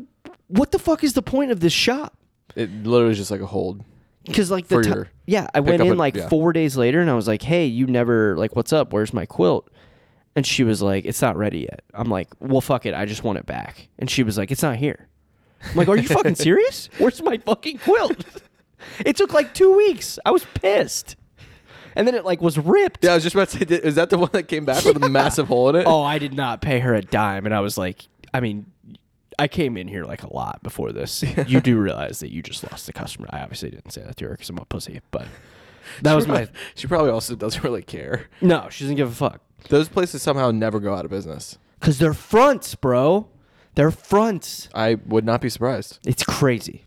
[SPEAKER 1] what the fuck is the point of this shop?
[SPEAKER 2] It literally is just like a hold.
[SPEAKER 1] Because like the
[SPEAKER 2] For
[SPEAKER 1] ti-
[SPEAKER 2] your
[SPEAKER 1] yeah, I went
[SPEAKER 2] pickup
[SPEAKER 1] in
[SPEAKER 2] and-
[SPEAKER 1] like
[SPEAKER 2] yeah.
[SPEAKER 1] four days later, and I was like, "Hey, you never like, what's up? Where's my quilt?" And she was like, "It's not ready yet." I'm like, "Well, fuck it, I just want it back." And she was like, "It's not here." I'm like, "Are you fucking serious? Where's my fucking quilt?" it took like two weeks. I was pissed. and then it like was ripped.
[SPEAKER 2] Yeah, I was just about to say, did- is that the one that came back with a massive hole in it?
[SPEAKER 1] Oh, I did not pay her a dime, and I was like, I mean, I came in here like a lot before this. you do realize that you just lost the customer. I obviously didn't say that to her because I'm a pussy, but that was my.
[SPEAKER 2] She probably also doesn't really care.
[SPEAKER 1] No, she doesn't give a fuck.
[SPEAKER 2] Those places somehow never go out of business.
[SPEAKER 1] Cause they're fronts, bro. They're fronts.
[SPEAKER 2] I would not be surprised.
[SPEAKER 1] It's crazy.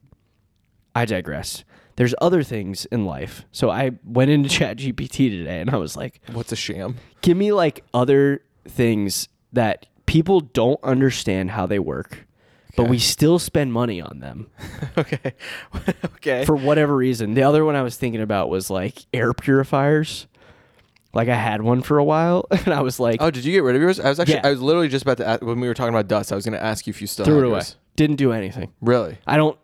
[SPEAKER 1] I digress. There's other things in life. So I went into ChatGPT today and I was like,
[SPEAKER 2] What's a sham?
[SPEAKER 1] give me like other things that people don't understand how they work, but
[SPEAKER 2] Okay.
[SPEAKER 1] we still spend money on them
[SPEAKER 2] okay. okay.
[SPEAKER 1] for whatever reason. The other one I was thinking about was like air purifiers. Like I had one for a while and I was like,
[SPEAKER 2] oh, did you get rid of yours? I was actually,
[SPEAKER 1] Yeah.
[SPEAKER 2] I was literally just about to ask, when we were talking about dust, I was going to ask you if you still
[SPEAKER 1] threw
[SPEAKER 2] had
[SPEAKER 1] it away.
[SPEAKER 2] yours.
[SPEAKER 1] Didn't do anything.
[SPEAKER 2] Really?
[SPEAKER 1] I don't.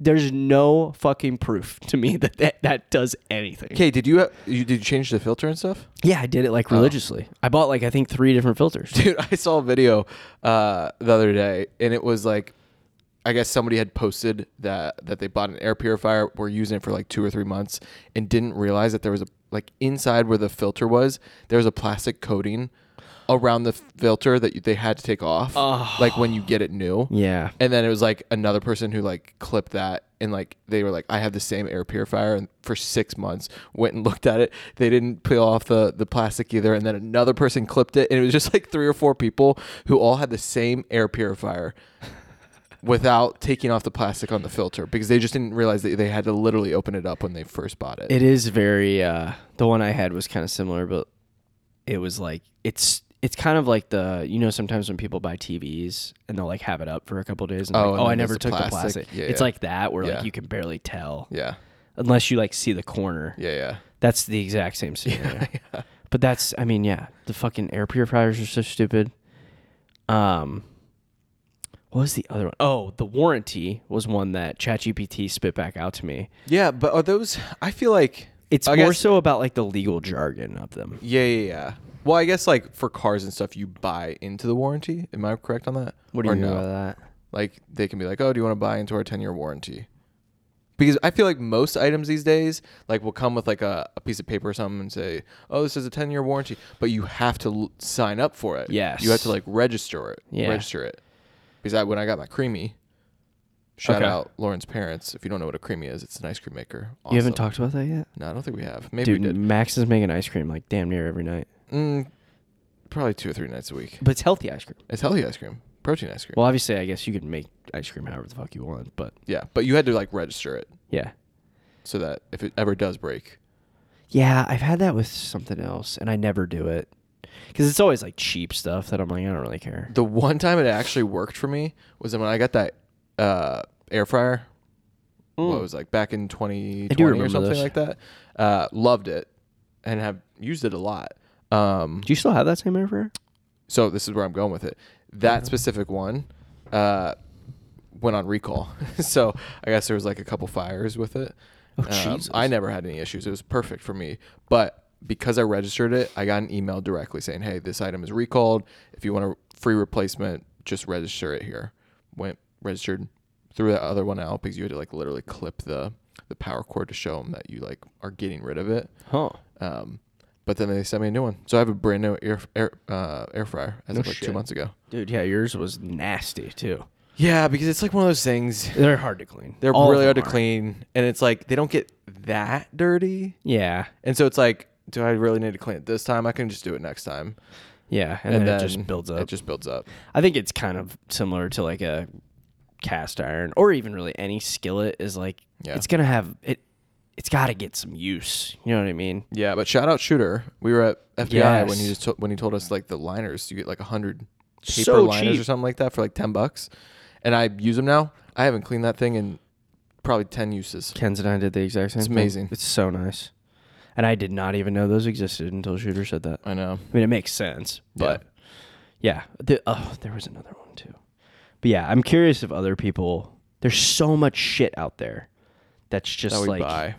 [SPEAKER 1] There's no fucking proof to me that that, that does anything.
[SPEAKER 2] Okay, did you, ha- you did you change the filter and stuff?
[SPEAKER 1] Yeah, I did it like religiously. I bought like I think three different filters.
[SPEAKER 2] Dude, I saw a video uh, the other day, and it was like, I guess somebody had posted that that they bought an air purifier, were using it for like two or three months, and didn't realize that there was a like inside where the filter was, there was a plastic coating around the filter that you, they had to take off, like when you get it new.
[SPEAKER 1] Yeah.
[SPEAKER 2] And then it was like another person who like clipped that and like they were like, I have the same air purifier and for six months went and looked at it. They didn't peel off the, the plastic either. And then another person clipped it and it was just like three or four people who all had the same air purifier without taking off the plastic on the filter because they just didn't realize that they had to literally open it up when they first bought it.
[SPEAKER 1] It is very uh the one I had was kind of similar, but it was like it's it's kind of like the you know sometimes when people buy TVs and they'll like have it up for a couple days and
[SPEAKER 2] Oh,
[SPEAKER 1] oh,
[SPEAKER 2] and
[SPEAKER 1] like, oh
[SPEAKER 2] then
[SPEAKER 1] I
[SPEAKER 2] there's
[SPEAKER 1] never
[SPEAKER 2] the
[SPEAKER 1] took the
[SPEAKER 2] plastic."
[SPEAKER 1] plastic.
[SPEAKER 2] Yeah,
[SPEAKER 1] it's
[SPEAKER 2] yeah.
[SPEAKER 1] like that where
[SPEAKER 2] Yeah.
[SPEAKER 1] like you can barely tell
[SPEAKER 2] yeah.
[SPEAKER 1] unless you like see the corner.
[SPEAKER 2] Yeah. Yeah.
[SPEAKER 1] That's the exact same scenario. But that's I mean, yeah, the fucking air purifiers are so stupid. Um what was the other one? Oh, the warranty was one that ChatGPT spit back out to me.
[SPEAKER 2] Yeah. But are those, I feel like
[SPEAKER 1] It's
[SPEAKER 2] I
[SPEAKER 1] more
[SPEAKER 2] guess-
[SPEAKER 1] so about like the legal jargon of them.
[SPEAKER 2] Yeah, yeah, yeah. Well, I guess like for cars and stuff, you buy into the warranty. Am I correct on that?
[SPEAKER 1] What do you
[SPEAKER 2] Or
[SPEAKER 1] mean
[SPEAKER 2] no?
[SPEAKER 1] by that?
[SPEAKER 2] Like they can be like, "Oh, do you want to buy into our ten-year warranty?" Because I feel like most items these days, like, will come with like a, a piece of paper or something and say, "Oh, this is a ten-year warranty," but you have to l- sign up for it.
[SPEAKER 1] Yes.
[SPEAKER 2] you have to like register it.
[SPEAKER 1] Yeah.
[SPEAKER 2] register it. Because I, when I got my creamy, shout
[SPEAKER 1] Okay.
[SPEAKER 2] out Lauren's parents. If you don't know what a creamy is, it's an ice cream maker.
[SPEAKER 1] You haven't
[SPEAKER 2] Awesome.
[SPEAKER 1] talked about that yet?
[SPEAKER 2] No, I don't think we have. Maybe
[SPEAKER 1] Dude,
[SPEAKER 2] we did.
[SPEAKER 1] Max is making ice cream like damn near every night.
[SPEAKER 2] Mm, probably two or three nights a week.
[SPEAKER 1] But it's healthy ice cream.
[SPEAKER 2] It's healthy ice cream, protein ice cream.
[SPEAKER 1] Well, obviously, I guess you could make ice cream however the fuck you want, but
[SPEAKER 2] yeah, but you had to like register it
[SPEAKER 1] yeah.
[SPEAKER 2] so that if it ever does break,
[SPEAKER 1] Yeah, I've had that with something else and I never do it. Cuz it's always like cheap stuff that I'm like I don't really care.
[SPEAKER 2] the one time it actually worked for me was when I got that uh, air fryer. What
[SPEAKER 1] Mm.
[SPEAKER 2] was it, like back in 2020
[SPEAKER 1] remember
[SPEAKER 2] or something
[SPEAKER 1] this.
[SPEAKER 2] like that. Uh, loved it and have used it a lot. Um,
[SPEAKER 1] Do you still have that same air fryer?
[SPEAKER 2] so this is where I'm going with it. That
[SPEAKER 1] Mm-hmm.
[SPEAKER 2] specific one uh, went on recall, so I guess there was like a couple fires with it.
[SPEAKER 1] Oh, Jesus.
[SPEAKER 2] Um, I never had any issues. It was perfect for me, but because I registered it, I got an email directly saying, "Hey, this item is recalled. If you want a free replacement, just register it here." Went registered, threw that other one out because you had to like literally clip the the power cord to show them that you like are getting rid of it.
[SPEAKER 1] Huh.
[SPEAKER 2] Um, but then they sent me a new one, so I have a brand new air air, uh, air fryer as
[SPEAKER 1] No
[SPEAKER 2] of like two
[SPEAKER 1] shit.
[SPEAKER 2] months ago.
[SPEAKER 1] Dude, yeah, yours was nasty too.
[SPEAKER 2] Yeah, because it's like one of those things.
[SPEAKER 1] They're hard to clean.
[SPEAKER 2] They're
[SPEAKER 1] All of
[SPEAKER 2] really hard to
[SPEAKER 1] them are.
[SPEAKER 2] clean, and it's like they don't get that dirty,
[SPEAKER 1] Yeah.
[SPEAKER 2] and so it's like, do I really need to clean it this time? I can just do it next time,
[SPEAKER 1] Yeah, and, then, it just builds up.
[SPEAKER 2] It just builds up.
[SPEAKER 1] I think it's kind of similar to like a cast iron or even really any skillet is like
[SPEAKER 2] Yeah.
[SPEAKER 1] it's gonna have it it's gotta get some use. You know what I mean?
[SPEAKER 2] Yeah, but shout out Shooter. We were at FBI when he
[SPEAKER 1] Yes.
[SPEAKER 2] just to- when he told us like the liners, you get like a hundred paper
[SPEAKER 1] So
[SPEAKER 2] liners or
[SPEAKER 1] cheap.
[SPEAKER 2] something like that for like ten bucks, and I use them now. I haven't cleaned that thing in probably ten uses.
[SPEAKER 1] Ken's and I did the exact same
[SPEAKER 2] It's
[SPEAKER 1] thing.
[SPEAKER 2] amazing.
[SPEAKER 1] It's so nice. And I did not even know those existed until Shooter said that. I
[SPEAKER 2] I know.
[SPEAKER 1] mean it makes sense.
[SPEAKER 2] Yeah.
[SPEAKER 1] But yeah. The, oh, there was another one too. But yeah, I'm curious if other people there's so much shit out there that's just
[SPEAKER 2] that we
[SPEAKER 1] like
[SPEAKER 2] buy.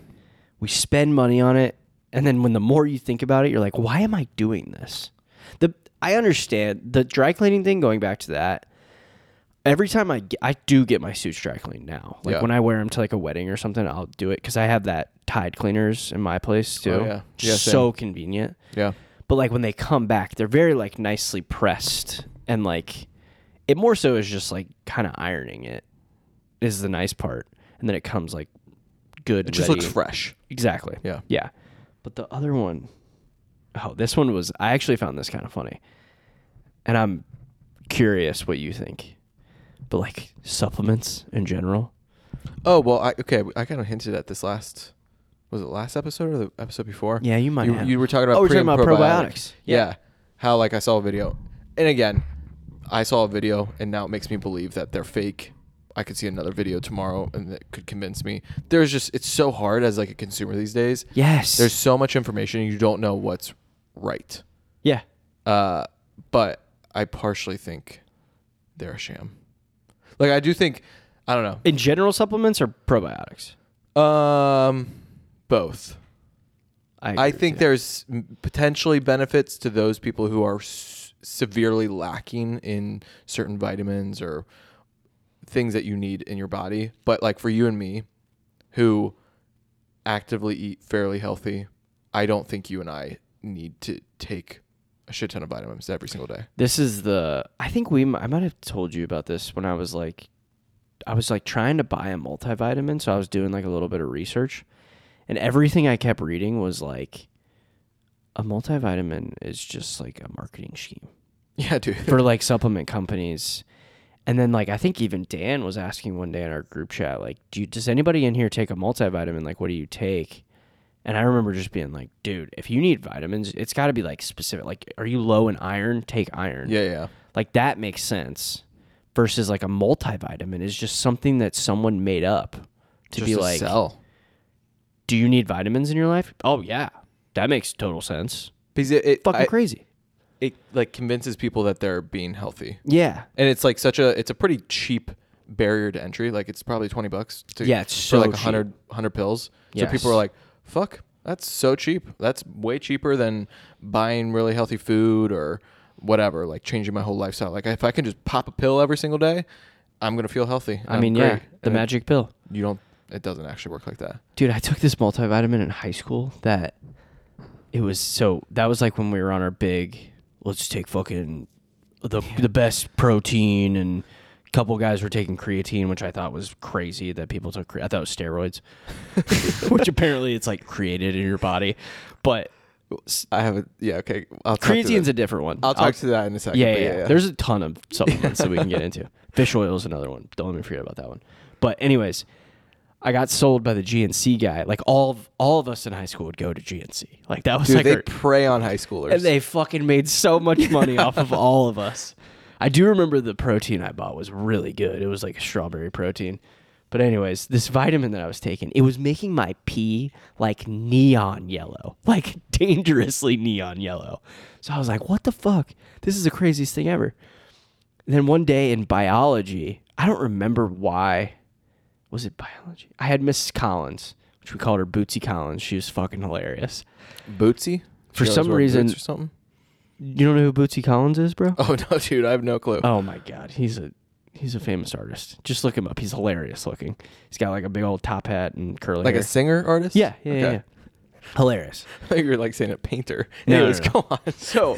[SPEAKER 1] we spend money on it and then when the more you think about it you're like why am i doing this the i understand the dry cleaning thing going back to that every time I get, I do get my suits dry cleaned now. Like
[SPEAKER 2] Yeah.
[SPEAKER 1] when I wear them to like a wedding or something, I'll do it because I have that Tide cleaners in my place too.
[SPEAKER 2] Oh, yeah. Yeah,
[SPEAKER 1] Just
[SPEAKER 2] same.
[SPEAKER 1] so convenient.
[SPEAKER 2] Yeah.
[SPEAKER 1] But like when they come back, they're very like nicely pressed and like it more so is just like kind of ironing it is the nice part, and then it comes like good.
[SPEAKER 2] It just
[SPEAKER 1] ready.
[SPEAKER 2] looks fresh.
[SPEAKER 1] Exactly.
[SPEAKER 2] Yeah.
[SPEAKER 1] Yeah. But the other one, oh, this one was, I actually found this kind of funny. And I'm curious what you think. But like supplements in general.
[SPEAKER 2] Oh well, I, okay. I kind of hinted at this last. Was it last episode or the episode before?
[SPEAKER 1] Yeah, you might
[SPEAKER 2] You,
[SPEAKER 1] have.
[SPEAKER 2] you were talking about.
[SPEAKER 1] Oh, we're
[SPEAKER 2] pre
[SPEAKER 1] talking
[SPEAKER 2] and
[SPEAKER 1] about
[SPEAKER 2] probiotics.
[SPEAKER 1] probiotics.
[SPEAKER 2] Yeah.
[SPEAKER 1] Yeah.
[SPEAKER 2] How like I saw a video, and again, I saw a video, and now it makes me believe that they're fake. I could see another video tomorrow, and that could convince me. There's just it's so hard as like a consumer these days.
[SPEAKER 1] Yes.
[SPEAKER 2] There's so much information, you don't know what's right.
[SPEAKER 1] yeah.
[SPEAKER 2] Uh, but I partially think they're a sham. Like I do think, I don't
[SPEAKER 1] In general, supplements or probiotics?
[SPEAKER 2] know. Um, both. I
[SPEAKER 1] agree with
[SPEAKER 2] think
[SPEAKER 1] you.
[SPEAKER 2] there's m- potentially benefits to those people who are s- severely lacking in certain vitamins or things that you need in your body. But like for you and me, who actively eat fairly healthy, I don't think you and I need to take a shit ton of vitamins every single day.
[SPEAKER 1] This is the. I think we. m- I might have told you about this when I was like, I was like trying to buy a multivitamin, so I was doing like a little bit of research, and everything I kept reading was like, a multivitamin is just like a marketing scheme
[SPEAKER 2] Yeah, dude.
[SPEAKER 1] for like supplement companies. And then like I think even Dan was asking one day in our group chat like, "Do you, does anybody in here take a multivitamin? Like, what do you take?" And I remember just being like, "Dude, if you need vitamins, it's got to be like specific. Like, are you low in iron? Take iron.
[SPEAKER 2] yeah, yeah.
[SPEAKER 1] Like that makes sense. Versus like a multivitamin is just something that someone made up to
[SPEAKER 2] Just
[SPEAKER 1] be like,
[SPEAKER 2] sell.
[SPEAKER 1] do you need vitamins in your life? Oh yeah, that makes total sense.
[SPEAKER 2] Because it, it,
[SPEAKER 1] Fucking
[SPEAKER 2] I-
[SPEAKER 1] crazy.
[SPEAKER 2] it like convinces people that they're being healthy.
[SPEAKER 1] Yeah.
[SPEAKER 2] and it's like such a it's a pretty cheap barrier to entry like it's probably 20 bucks to
[SPEAKER 1] Yeah, it's
[SPEAKER 2] for
[SPEAKER 1] so
[SPEAKER 2] like
[SPEAKER 1] cheap.
[SPEAKER 2] 100 100 pills so
[SPEAKER 1] Yes.
[SPEAKER 2] people are like fuck that's so cheap that's way cheaper than buying really healthy food or whatever like changing my whole lifestyle like if i can just pop a pill every single day i'm gonna feel healthy
[SPEAKER 1] I
[SPEAKER 2] I'm
[SPEAKER 1] mean, yeah,
[SPEAKER 2] great."
[SPEAKER 1] the
[SPEAKER 2] And it-
[SPEAKER 1] magic pill.
[SPEAKER 2] you don't it doesn't actually work like that
[SPEAKER 1] Dude, I took this multivitamin in high school that it was so that was like when we were on our big let's take fucking the the best protein and a couple guys were taking creatine, which I thought was crazy that people took cre- I thought it was steroids. which apparently it's like created in your body. But
[SPEAKER 2] i have a yeah okay i'll talk to
[SPEAKER 1] creatine's
[SPEAKER 2] that.
[SPEAKER 1] a different one.
[SPEAKER 2] i'll talk to that in a second
[SPEAKER 1] Yeah,
[SPEAKER 2] but
[SPEAKER 1] yeah, yeah. There's a ton of supplements that we can get into. Fish oil is another one. Don't let me forget about that one. But anyways, I got sold by the GNC guy. Like all of, all of us in high school would go to GNC. Like that was
[SPEAKER 2] Dude,
[SPEAKER 1] like
[SPEAKER 2] they
[SPEAKER 1] our-
[SPEAKER 2] prey on high schoolers
[SPEAKER 1] and they fucking made so much money off of all of us. I do remember the protein I bought was really good. It was like a strawberry protein. But anyways, this vitamin that I was taking, it was making my pee like neon yellow, like dangerously neon yellow. So I was like, "What the fuck? This is the craziest thing ever." And then one day in biology, I don't remember why. Was it biology? I had Mrs. Collins, which we called her Bootsy Collins. She was fucking hilarious.
[SPEAKER 2] bootsy
[SPEAKER 1] For
[SPEAKER 2] She always
[SPEAKER 1] some
[SPEAKER 2] wore boots
[SPEAKER 1] reason-
[SPEAKER 2] or something
[SPEAKER 1] You don't know who Bootsy Collins is, bro?
[SPEAKER 2] oh no dude i have no clue
[SPEAKER 1] Oh my god, he's a he's a famous artist. Just look him up. He's hilarious looking. He's got like a big old top hat and curly
[SPEAKER 2] like
[SPEAKER 1] hair.
[SPEAKER 2] a singer artist
[SPEAKER 1] yeah, yeah, yeah,
[SPEAKER 2] Okay.
[SPEAKER 1] yeah. Hilarious.
[SPEAKER 2] I thought you were like saying a painter.
[SPEAKER 1] No,
[SPEAKER 2] Anyways,
[SPEAKER 1] no, no.
[SPEAKER 2] go on.
[SPEAKER 1] So,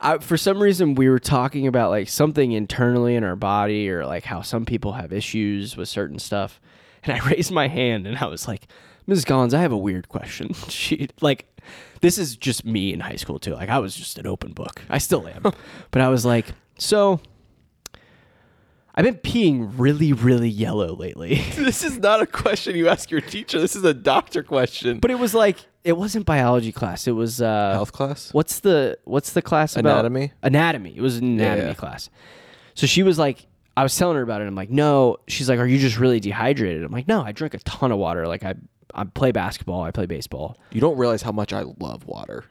[SPEAKER 1] I, for some reason, we were talking about like something internally in our body, or like how some people have issues with certain stuff. And I raised my hand, and I was like, "Mrs. Collins, I have a weird question." She like, this is just me in high school too. Like, I was just an open book. I still am, but I was like, so. I've been peeing really, really yellow lately.
[SPEAKER 2] This is not a question you ask your teacher. This is a doctor question.
[SPEAKER 1] But it was like it wasn't biology class. It was uh,
[SPEAKER 2] health class?
[SPEAKER 1] What's the what's the class about?
[SPEAKER 2] Anatomy?
[SPEAKER 1] Anatomy. It was an
[SPEAKER 2] Yeah,
[SPEAKER 1] anatomy
[SPEAKER 2] yeah.
[SPEAKER 1] class. So she was like, I was telling her about it. I'm like, no. She's like, are you just really dehydrated? I'm like, no. I drink a ton of water. Like I I play basketball. I play baseball.
[SPEAKER 2] You don't realize how much I love water.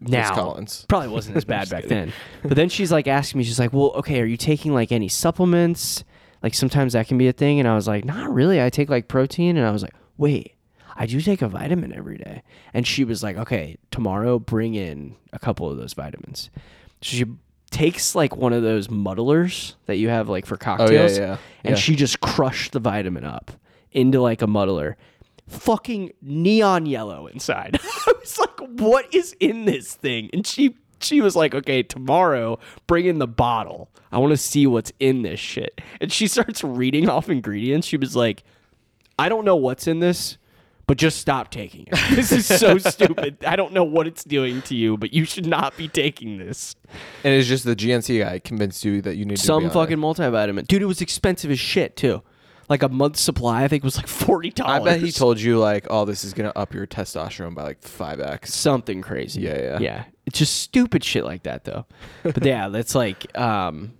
[SPEAKER 1] Now
[SPEAKER 2] Collins.
[SPEAKER 1] probably wasn't as bad back then. But then she's like asking me. She's like, well, okay. Are you taking like any supplements? Like sometimes that can be a thing. And I was like, not really. I take like protein. And I was like, wait. I do take a vitamin every day. And she was like, okay, tomorrow bring in a couple of those vitamins. So she takes like one of those muddlers that you have like for
[SPEAKER 2] Oh
[SPEAKER 1] cocktails
[SPEAKER 2] yeah, yeah.
[SPEAKER 1] and
[SPEAKER 2] yeah.
[SPEAKER 1] she just crushed the vitamin up into like a muddler. Fucking neon yellow inside. I was like, what is in this thing? And she she was like, okay, tomorrow bring in the bottle. I want to see what's in this shit. And she starts reading off ingredients. She was like, I don't know what's in this, but just stop taking it. This is so stupid. I don't know what it's doing to you, but you should not be taking this.
[SPEAKER 2] and it's just the GNC guy convinced you that you need to be
[SPEAKER 1] Some
[SPEAKER 2] on it.
[SPEAKER 1] fucking multivitamin. Dude, it was expensive as shit too. Like a month's supply, I think was like forty
[SPEAKER 2] I
[SPEAKER 1] dollars.
[SPEAKER 2] bet he told you like, oh, this is gonna up your testosterone by like five x.
[SPEAKER 1] something crazy.
[SPEAKER 2] Yeah, yeah.
[SPEAKER 1] Yeah. It's just stupid shit like that though. But yeah, that's like um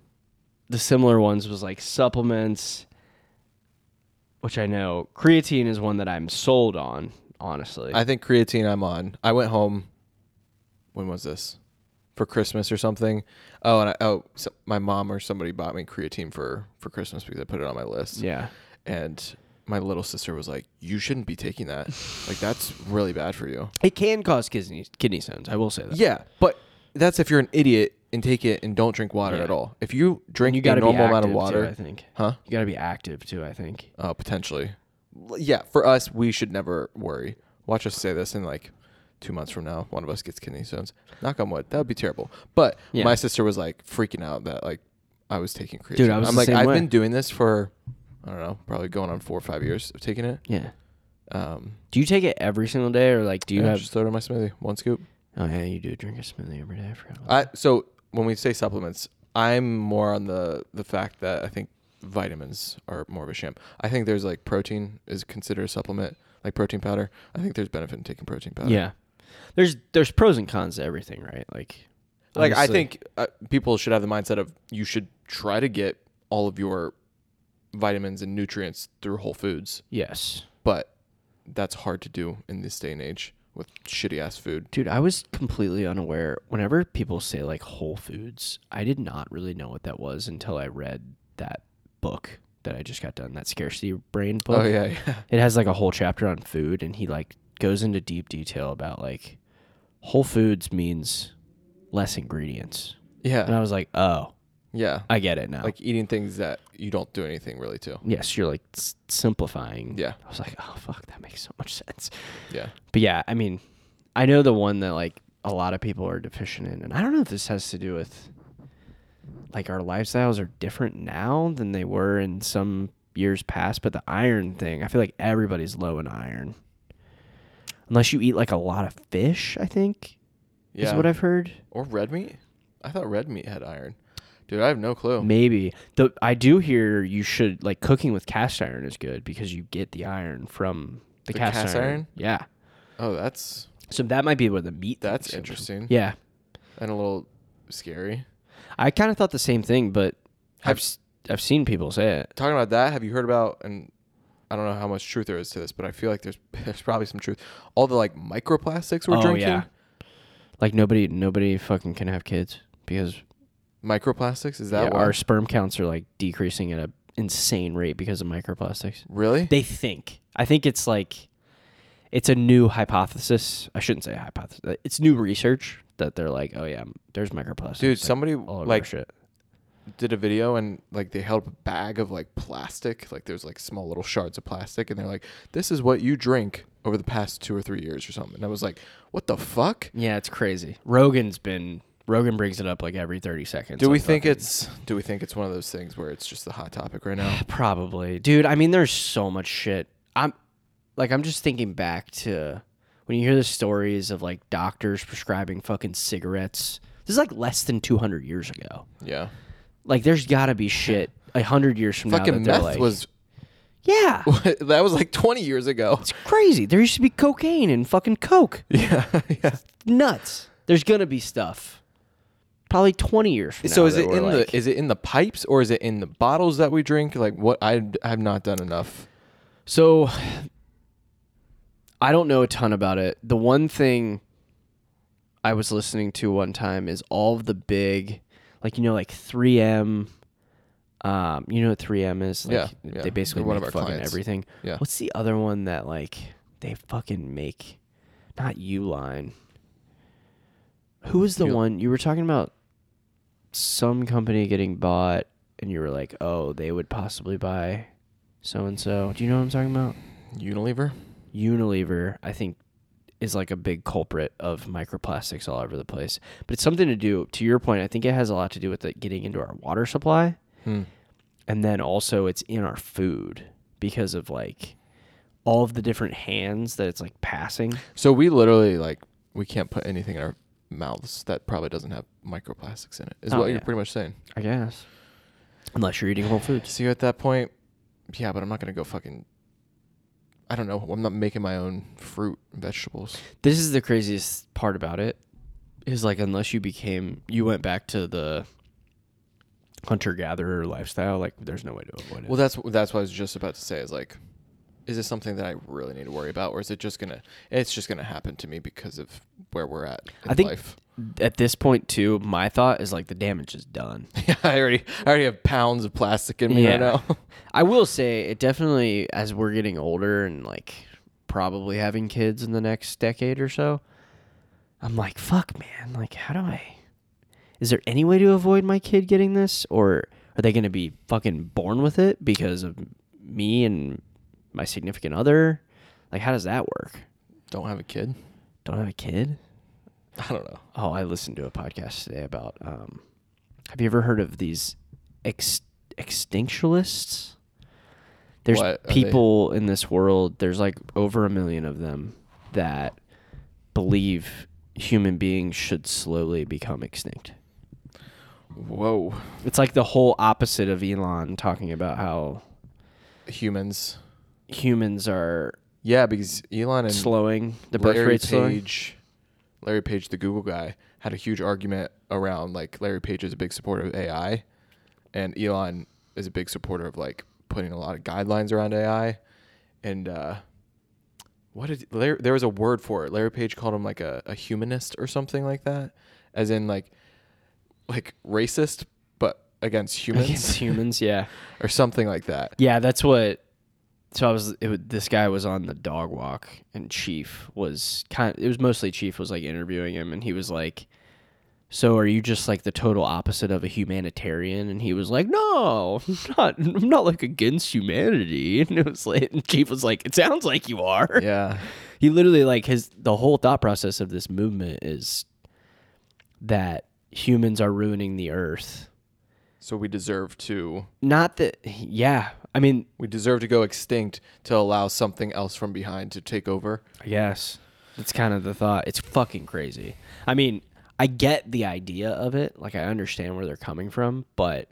[SPEAKER 1] the similar ones was like supplements, which I know creatine is one that I'm sold on, honestly.
[SPEAKER 2] I think creatine. I'm on. I went home. When was this? For Christmas or something. Oh, and I, oh, so my mom or somebody bought me creatine for for Christmas because I put it on my list.
[SPEAKER 1] yeah.
[SPEAKER 2] And my little sister was like, "You shouldn't be taking that. Like that's really bad for you."
[SPEAKER 1] It can cause kidney kidney stones, I will say that.
[SPEAKER 2] Yeah, but that's if you're an idiot and take it and don't drink water
[SPEAKER 1] Yeah.
[SPEAKER 2] at all. If you drink
[SPEAKER 1] And you
[SPEAKER 2] the
[SPEAKER 1] gotta
[SPEAKER 2] normal
[SPEAKER 1] be
[SPEAKER 2] amount
[SPEAKER 1] active
[SPEAKER 2] of water,
[SPEAKER 1] too, I think.
[SPEAKER 2] huh?
[SPEAKER 1] You gotta be active too, I think.
[SPEAKER 2] Uh, potentially. L- Yeah, for us, we should never worry. Watch us say this in like two months from now, one of us gets kidney stones. Knock on wood. That would be terrible. But
[SPEAKER 1] Yeah.
[SPEAKER 2] my sister was like freaking out that like I was taking creatine.
[SPEAKER 1] I was
[SPEAKER 2] am
[SPEAKER 1] the
[SPEAKER 2] like,
[SPEAKER 1] same
[SPEAKER 2] I've
[SPEAKER 1] way.
[SPEAKER 2] been doing this for I don't know, probably going on four or five years of taking it.
[SPEAKER 1] Yeah.
[SPEAKER 2] Um,
[SPEAKER 1] Do you take it every single day, or like do you
[SPEAKER 2] yeah,
[SPEAKER 1] have?
[SPEAKER 2] just throw it in my smoothie, one scoop.
[SPEAKER 1] oh yeah, you do drink a smoothie every day. I forgot. about
[SPEAKER 2] I so when we say supplements, I'm more on the the fact that I think vitamins are more of a sham. I think there's like protein is considered a supplement, like protein powder. I think there's benefit in taking protein
[SPEAKER 1] that.
[SPEAKER 2] powder.
[SPEAKER 1] Uh, yeah. There's there's pros and cons to everything, right? Like,
[SPEAKER 2] like I
[SPEAKER 1] honestly,
[SPEAKER 2] think uh, people should have the mindset of you should try to get all of your vitamins and nutrients through whole foods,
[SPEAKER 1] yes,
[SPEAKER 2] but that's hard to do in this day and age with shitty ass food.
[SPEAKER 1] dude. I was completely unaware. Whenever people say like Whole Foods, I did not really know what that was until I read that book that I just got done. That scarcity brain book.
[SPEAKER 2] Oh yeah, yeah.
[SPEAKER 1] it has like a whole chapter on food and he like goes into deep detail about like whole foods means less ingredients and
[SPEAKER 2] Yeah.
[SPEAKER 1] i was like oh
[SPEAKER 2] Yeah.
[SPEAKER 1] i get it now
[SPEAKER 2] Like eating things that you don't do anything really to.
[SPEAKER 1] yes you're like s- simplifying
[SPEAKER 2] Yeah.
[SPEAKER 1] i was like oh fuck that makes so much sense
[SPEAKER 2] Yeah.
[SPEAKER 1] but yeah i mean i know the one that like a lot of people are deficient in and i don't know if this has to do with like our lifestyles are different now than they were in some years past but the iron thing i feel like everybody's low in iron unless you eat like a lot of fish i think
[SPEAKER 2] Yeah.
[SPEAKER 1] is what i've heard
[SPEAKER 2] Or red meat? I thought red meat had iron. Dude, I have no clue.
[SPEAKER 1] maybe the i do hear you should like cooking with cast iron is good because you get the iron from the,
[SPEAKER 2] The
[SPEAKER 1] cast,
[SPEAKER 2] cast
[SPEAKER 1] iron.
[SPEAKER 2] iron?
[SPEAKER 1] yeah
[SPEAKER 2] Oh, that's
[SPEAKER 1] so that might be where the meat thing
[SPEAKER 2] that's
[SPEAKER 1] comes from.
[SPEAKER 2] interesting.
[SPEAKER 1] yeah
[SPEAKER 2] And a little scary.
[SPEAKER 1] I kind of thought the same thing, but
[SPEAKER 2] Have-
[SPEAKER 1] I've s- I've seen people say it.
[SPEAKER 2] Talking about that, have you heard about and I don't know how much truth there is to this, but I feel like there's there's probably some truth. All the like microplastics we're
[SPEAKER 1] Oh,
[SPEAKER 2] drinking.
[SPEAKER 1] yeah. Like nobody nobody fucking can have kids because
[SPEAKER 2] Microplastics? Is
[SPEAKER 1] yeah,
[SPEAKER 2] that why?
[SPEAKER 1] our sperm counts are like decreasing at an insane rate because of microplastics.
[SPEAKER 2] really?
[SPEAKER 1] They think. I think it's like it's a new hypothesis. I shouldn't say hypothesis. It's new research that they're like, oh yeah, there's microplastics.
[SPEAKER 2] Dude,
[SPEAKER 1] like,
[SPEAKER 2] somebody
[SPEAKER 1] all over our
[SPEAKER 2] like
[SPEAKER 1] shit.
[SPEAKER 2] did a video and like they held up a bag of like plastic, like there's like small little shards of plastic, and they're like, "This is what you drink over the past two or three years or something." And I was like, "What the fuck?"
[SPEAKER 1] Yeah, it's crazy. Rogan's been Rogan brings it up like every thirty seconds.
[SPEAKER 2] Do we
[SPEAKER 1] on
[SPEAKER 2] think
[SPEAKER 1] fucking-
[SPEAKER 2] it's do we think it's one of those things where it's just the hot topic right now?
[SPEAKER 1] Probably, dude. I mean, there's so much shit. I'm like, I'm just thinking back to when you hear the stories of like doctors prescribing fucking cigarettes. This is like less than 200 years ago.
[SPEAKER 2] Yeah.
[SPEAKER 1] Like, there's got to be shit a hundred years from now. that
[SPEAKER 2] Fucking
[SPEAKER 1] they're
[SPEAKER 2] meth
[SPEAKER 1] like,
[SPEAKER 2] was
[SPEAKER 1] yeah.
[SPEAKER 2] that was like 20 years ago.
[SPEAKER 1] It's crazy. There used to be cocaine and fucking coke.
[SPEAKER 2] Yeah. yeah.
[SPEAKER 1] Nuts. There's gonna be stuff. Probably 20 years from now.
[SPEAKER 2] So is
[SPEAKER 1] that
[SPEAKER 2] it
[SPEAKER 1] we're
[SPEAKER 2] in
[SPEAKER 1] like-
[SPEAKER 2] the is it in the pipes or is it in the bottles that we drink? Like what I have not done enough.
[SPEAKER 1] So I don't know a ton about it. The one thing I was listening to one time is all of the big like you know like 3M um you know what 3M is like
[SPEAKER 2] Yeah, yeah.
[SPEAKER 1] they basically
[SPEAKER 2] They're one of
[SPEAKER 1] make
[SPEAKER 2] our
[SPEAKER 1] fucking
[SPEAKER 2] clients.
[SPEAKER 1] everything.
[SPEAKER 2] Yeah.
[SPEAKER 1] What's the other one that like they fucking make not Uline. Who was the
[SPEAKER 2] Ul-
[SPEAKER 1] one you were talking about some company getting bought and you were like, oh, they would possibly buy so and so. Do you know what I'm talking about?
[SPEAKER 2] Unilever.
[SPEAKER 1] Unilever, I think, is like a big culprit of microplastics all over the place. But it's something to do, to your point, I think it has a lot to do with it getting into our water supply.
[SPEAKER 2] Hmm.
[SPEAKER 1] And then also it's in our food because of like all of the different hands that it's like passing.
[SPEAKER 2] So we literally like we can't put anything in our mouths that probably doesn't have microplastics in it. Is
[SPEAKER 1] Oh,
[SPEAKER 2] what
[SPEAKER 1] yeah.
[SPEAKER 2] you're pretty much saying.
[SPEAKER 1] I guess. Unless you're eating whole foods.
[SPEAKER 2] So you at that point, yeah, but I'm not gonna go fucking. I don't know. I'm not making my own fruit and vegetables.
[SPEAKER 1] This is the craziest part about it is like unless you became you went back to the hunter gatherer lifestyle, like there's no way to avoid it.
[SPEAKER 2] Well, that's that's what I was just about to say. Is like, is this something that I really need to worry about, or is it just gonna? It's just gonna happen to me because of where we're at in
[SPEAKER 1] I think-
[SPEAKER 2] life.
[SPEAKER 1] at this point too, my thought is like the damage is done.
[SPEAKER 2] Yeah, I already I already have pounds of plastic in me right
[SPEAKER 1] Yeah.
[SPEAKER 2] now.
[SPEAKER 1] I will say it definitely as we're getting older and like probably having kids in the next decade or so, I'm like, fuck man, like how do I is there any way to avoid my kid getting this or are they going to be fucking born with it because of me and my significant other? Like how does that work?
[SPEAKER 2] Don't have a kid.
[SPEAKER 1] Don't have a kid?
[SPEAKER 2] I don't know.
[SPEAKER 1] Oh, I listened to a podcast today about. Um, have you ever heard of these ex- extinctualists? There's
[SPEAKER 2] What are they?
[SPEAKER 1] people in this world. There's like over a million of them that believe human beings should slowly become extinct.
[SPEAKER 2] Whoa,
[SPEAKER 1] It's like the whole opposite of Elon talking about how
[SPEAKER 2] humans.
[SPEAKER 1] humans are
[SPEAKER 2] Yeah, because Elon and
[SPEAKER 1] slowing the birth
[SPEAKER 2] Larry
[SPEAKER 1] rate. Slowing.
[SPEAKER 2] Page, Larry Page, the Google guy, had a huge argument around like Larry Page is a big supporter of AI, and Elon is a big supporter of like putting a lot of guidelines around AI, and uh, what did Larry, there was a word for it. Larry Page called him like a, a humanist or something like that, as in like like racist but against humans
[SPEAKER 1] Against humans, yeah.
[SPEAKER 2] or something like that.
[SPEAKER 1] Yeah, that's what. So I was. It, wa- this guy was on the dog walk, and Chief was kind. it was mostly Chief was like interviewing him, and he was like, "So are you just like the total opposite of a humanitarian?" And he was like, "No, I'm not. I'm not like against humanity." And it was like, and Chief was like, "It sounds like you are."
[SPEAKER 2] Yeah.
[SPEAKER 1] he literally like his the whole thought process of this movement is that humans are ruining the earth.
[SPEAKER 2] So we deserve to
[SPEAKER 1] Not that. Yeah, I mean,
[SPEAKER 2] We deserve to go extinct to allow something else from behind to take over.
[SPEAKER 1] I guess. That's kind of the thought. It's fucking crazy. I mean, I get the idea of it. Like, I understand where they're coming from, but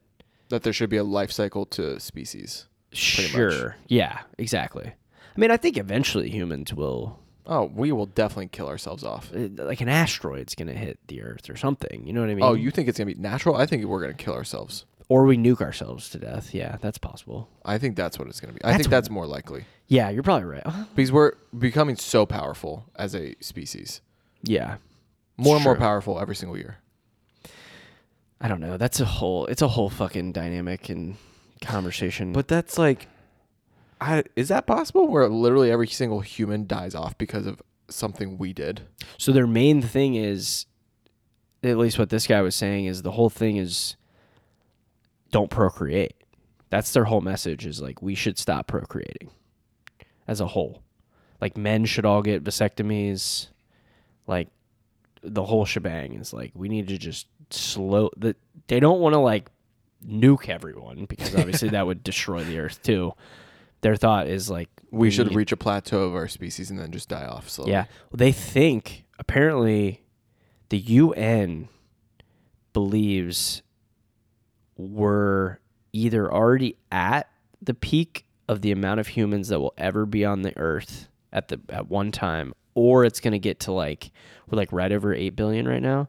[SPEAKER 2] That there should be a life cycle to species. much.
[SPEAKER 1] sure. Yeah, exactly. I mean, I think eventually humans will,
[SPEAKER 2] Oh, we will definitely kill ourselves off.
[SPEAKER 1] uh, like, an asteroid's going to hit the Earth or something. You know what I mean?
[SPEAKER 2] Oh, you think it's gonna be natural? I think we're gonna kill ourselves.
[SPEAKER 1] Or we nuke ourselves to death. Yeah, that's possible.
[SPEAKER 2] I think that's what it's gonna be. I
[SPEAKER 1] That's
[SPEAKER 2] think that's more likely
[SPEAKER 1] Yeah, you're probably right.
[SPEAKER 2] because we're becoming so powerful as a species,
[SPEAKER 1] yeah.
[SPEAKER 2] more and more
[SPEAKER 1] True.
[SPEAKER 2] powerful every single year.
[SPEAKER 1] I don't know. That's a whole, it's a whole fucking dynamic and conversation.
[SPEAKER 2] Mm. that's like, I, is that possible? Where literally every single human dies off because of something we did.
[SPEAKER 1] So their main thing is, at least what this guy was saying is the whole thing is, don't procreate. That's their whole message is like we should stop procreating, as a whole. Like men should all get vasectomies, like the whole shebang is like we need to just slow the. They don't want to like nuke everyone because obviously that would destroy the earth too. Their thought is like
[SPEAKER 2] We should
[SPEAKER 1] need-
[SPEAKER 2] reach a plateau of our species and then just die off slowly.
[SPEAKER 1] yeah. Well, they think, apparently, the UN believes we're either already at the peak of the amount of humans that will ever be on the earth at the at one time or it's going to get to like we're like right over 8 billion right now.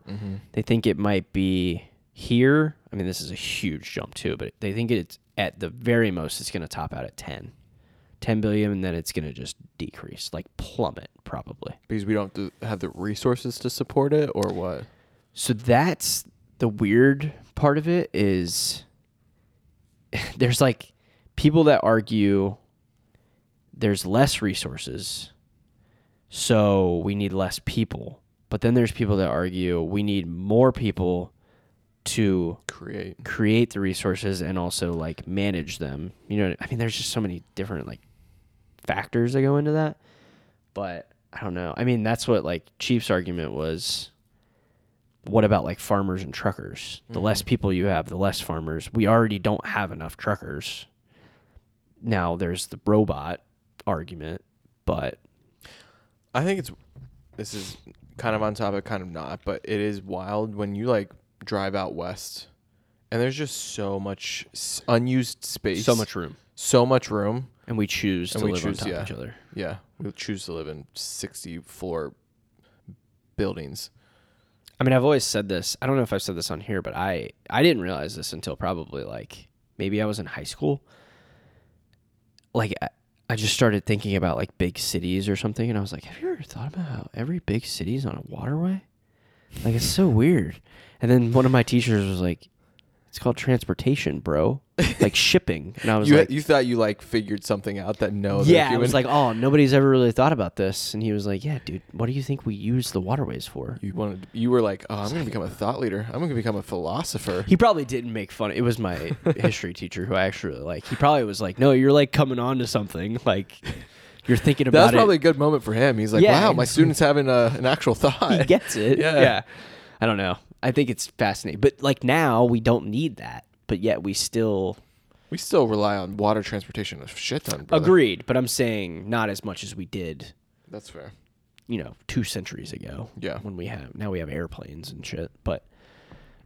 [SPEAKER 1] They think it might be here. I mean, this is a huge jump too, but they think it's at the very most it's going to top out at 10. 10 billion and then it's going to just decrease, like plummet probably.
[SPEAKER 2] because we don't th- have the resources to support it or what
[SPEAKER 1] So that's the weird part of it is there's like people that argue there's less resources, so we need less people. But then there's people that argue we need more people to
[SPEAKER 2] Create.
[SPEAKER 1] create the resources and also like manage them. You know, I mean, there's just so many different like factors that go into that. But I don't know. I mean, that's what like Chief's argument was. What about like farmers and truckers?
[SPEAKER 2] Mm-hmm.
[SPEAKER 1] The less people you have, the less farmers. We already don't have enough truckers. Now there's the robot argument, but
[SPEAKER 2] I think it's this is kind of on topic, kind of not, but it is wild when you like drive out west, and there's just so much s- unused space,
[SPEAKER 1] so much room,
[SPEAKER 2] so much room.
[SPEAKER 1] and we choose
[SPEAKER 2] And
[SPEAKER 1] to
[SPEAKER 2] we
[SPEAKER 1] live
[SPEAKER 2] choose-
[SPEAKER 1] on top
[SPEAKER 2] yeah.
[SPEAKER 1] of each other.
[SPEAKER 2] Yeah, we choose to live in sixty floor buildings.
[SPEAKER 1] I mean, I've always said this. I don't know if I've said this on here, but I I didn't realize this until probably like maybe I was in high school. Like I, I just started thinking about like big cities or something, and I was like, Have you ever thought about how every big city is on a waterway? Like it's so weird. And then one of my teachers was like, "It's called transportation, bro. Like shipping." And I was
[SPEAKER 2] You
[SPEAKER 1] like,
[SPEAKER 2] you thought you like figured something out that no, other
[SPEAKER 1] "Yeah." I
[SPEAKER 2] human-
[SPEAKER 1] was like, "Oh, nobody's ever really thought about this." And he was like, "Yeah, dude. What do you think we use the waterways for?"
[SPEAKER 2] you wanted. You were like, oh, I'm gonna become a thought leader. I'm gonna become a philosopher.
[SPEAKER 1] He probably didn't make fun. It was my history teacher who I actually really like. He probably was like, "No, you're like coming on to something. Like you're thinking
[SPEAKER 2] That
[SPEAKER 1] about
[SPEAKER 2] was probably
[SPEAKER 1] it."
[SPEAKER 2] a good moment for him. He's like,
[SPEAKER 1] Yeah,
[SPEAKER 2] wow, my
[SPEAKER 1] it's-
[SPEAKER 2] student's having a, an actual thought.
[SPEAKER 1] he gets it.
[SPEAKER 2] Yeah.
[SPEAKER 1] yeah. I don't know. I think it's fascinating. But like now we don't need that, but yet we still
[SPEAKER 2] We still rely on water transportation a shit ton. Brother.
[SPEAKER 1] agreed, but I'm saying not as much as we did,
[SPEAKER 2] That's fair.
[SPEAKER 1] you know, 2 centuries ago.
[SPEAKER 2] Yeah.
[SPEAKER 1] When we have now we have airplanes and shit, but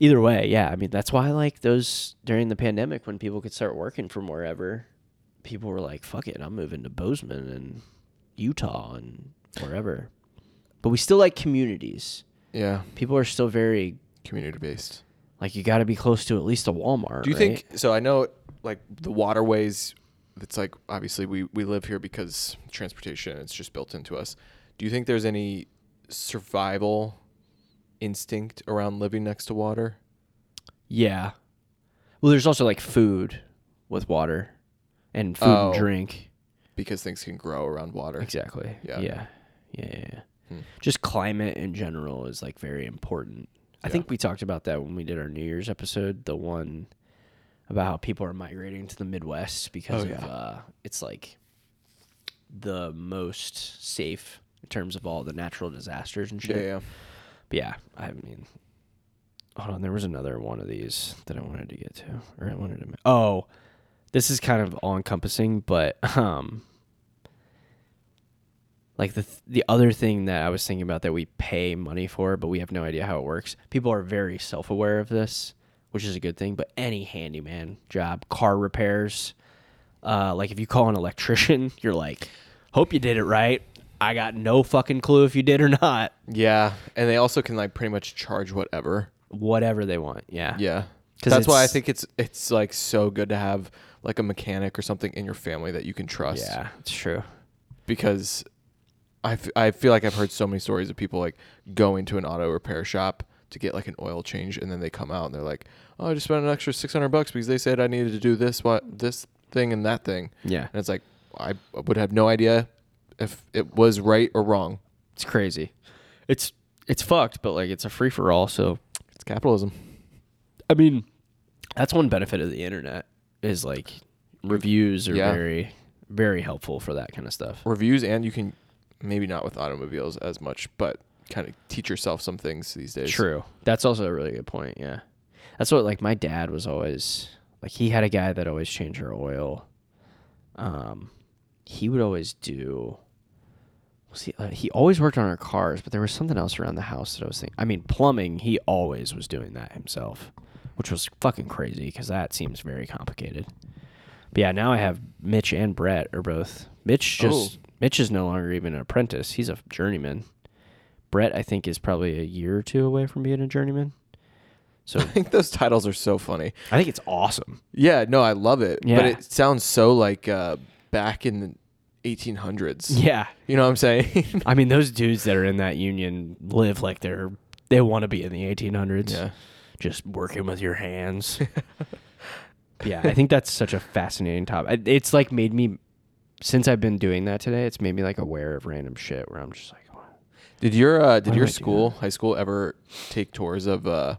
[SPEAKER 1] either way, yeah, I mean that's why like those during the pandemic when people could start working from wherever, people were like, "Fuck it, I'm moving to Bozeman and Utah and wherever." But we still like communities.
[SPEAKER 2] Yeah,
[SPEAKER 1] People are still very
[SPEAKER 2] community based.
[SPEAKER 1] like you got to be close to at least a Walmart.
[SPEAKER 2] Do you
[SPEAKER 1] right?
[SPEAKER 2] think so? I know, like the waterways. It's like obviously we we live here because transportation. It's just built into us. Do you think there's any survival instinct around living next to water?
[SPEAKER 1] Yeah. Well, there's also like food with water and food
[SPEAKER 2] Oh.
[SPEAKER 1] and drink.
[SPEAKER 2] Because things can grow around water.
[SPEAKER 1] Exactly.
[SPEAKER 2] Yeah.
[SPEAKER 1] Yeah. Yeah. Yeah. yeah, yeah.
[SPEAKER 2] Hmm.
[SPEAKER 1] Just climate in general is like very important. I
[SPEAKER 2] Yeah.
[SPEAKER 1] think we talked about that when we did our New Year's episode, the one about how people are migrating to the Midwest because
[SPEAKER 2] Oh,
[SPEAKER 1] of
[SPEAKER 2] yeah.
[SPEAKER 1] uh, it's like the most safe in terms of all the natural disasters and shit.
[SPEAKER 2] Yeah, yeah.
[SPEAKER 1] But yeah, I mean, hold on. There was another one of these that I wanted to get to, or I wanted to. ma- Oh, this is kind of all encompassing, but um, like the th- the other thing that I was thinking about that we pay money for, but we have no idea how it works. People are very self aware of this, which is a good thing. But any handyman job, car repairs, uh, like if you call an electrician, you're like, hope you did it right. I got no fucking clue if you did or not
[SPEAKER 2] Yeah, and they also can like pretty much charge whatever.
[SPEAKER 1] whatever they want. Yeah.
[SPEAKER 2] Yeah.
[SPEAKER 1] 'Cause
[SPEAKER 2] That's why I
[SPEAKER 1] it's-
[SPEAKER 2] think it's it's like so good to have like a mechanic or something in your family that you can trust.
[SPEAKER 1] Yeah, it's true.
[SPEAKER 2] because I, f- I feel like I've heard so many stories of people like going to an auto repair shop to get like an oil change and then they come out and they're like, "Oh, I just spent an extra 600 bucks because they said I needed to do this what this thing and that thing."
[SPEAKER 1] Yeah.
[SPEAKER 2] And it's like I would have no idea if it was right or wrong.
[SPEAKER 1] It's crazy. It's it's fucked, but like it's a free for all, so
[SPEAKER 2] It's capitalism.
[SPEAKER 1] I mean, that's one benefit of the internet is like reviews are
[SPEAKER 2] Yeah.
[SPEAKER 1] very very helpful for that kind of stuff.
[SPEAKER 2] Reviews and you can maybe not with automobiles as much, but kind of teach yourself some things these days.
[SPEAKER 1] True. That's also a really good point. Yeah. That's what like my dad was always like he had a guy that always changed her oil. Um he would always do was he, uh, he always worked on our cars, but there was something else around the house that I was thinking. I mean, plumbing, he always was doing that himself, which was fucking crazy because that seems very complicated. But yeah, now I have Mitch and Brett are both. Mitch
[SPEAKER 2] Oh.
[SPEAKER 1] just Mitch is no longer even an apprentice; he's a journeyman. Brett, I think, is probably a year or two away from being a journeyman. So
[SPEAKER 2] I think those titles are so funny.
[SPEAKER 1] I think it's awesome.
[SPEAKER 2] Yeah, no, I love it. But
[SPEAKER 1] Yeah.
[SPEAKER 2] it sounds so like uh, back in the 1800s.
[SPEAKER 1] Yeah,
[SPEAKER 2] You know what I'm saying?
[SPEAKER 1] I mean, those dudes that are in that union live like they're they want to be in the 1800s. just working with your hands. yeah, I think that's such a fascinating topic. I- It's like made me since I've been doing that today. It's made me like aware of random shit where I'm just like, oh,
[SPEAKER 2] Did your uh, did
[SPEAKER 1] Why
[SPEAKER 2] your
[SPEAKER 1] do I do
[SPEAKER 2] school, high school, ever take tours of uh,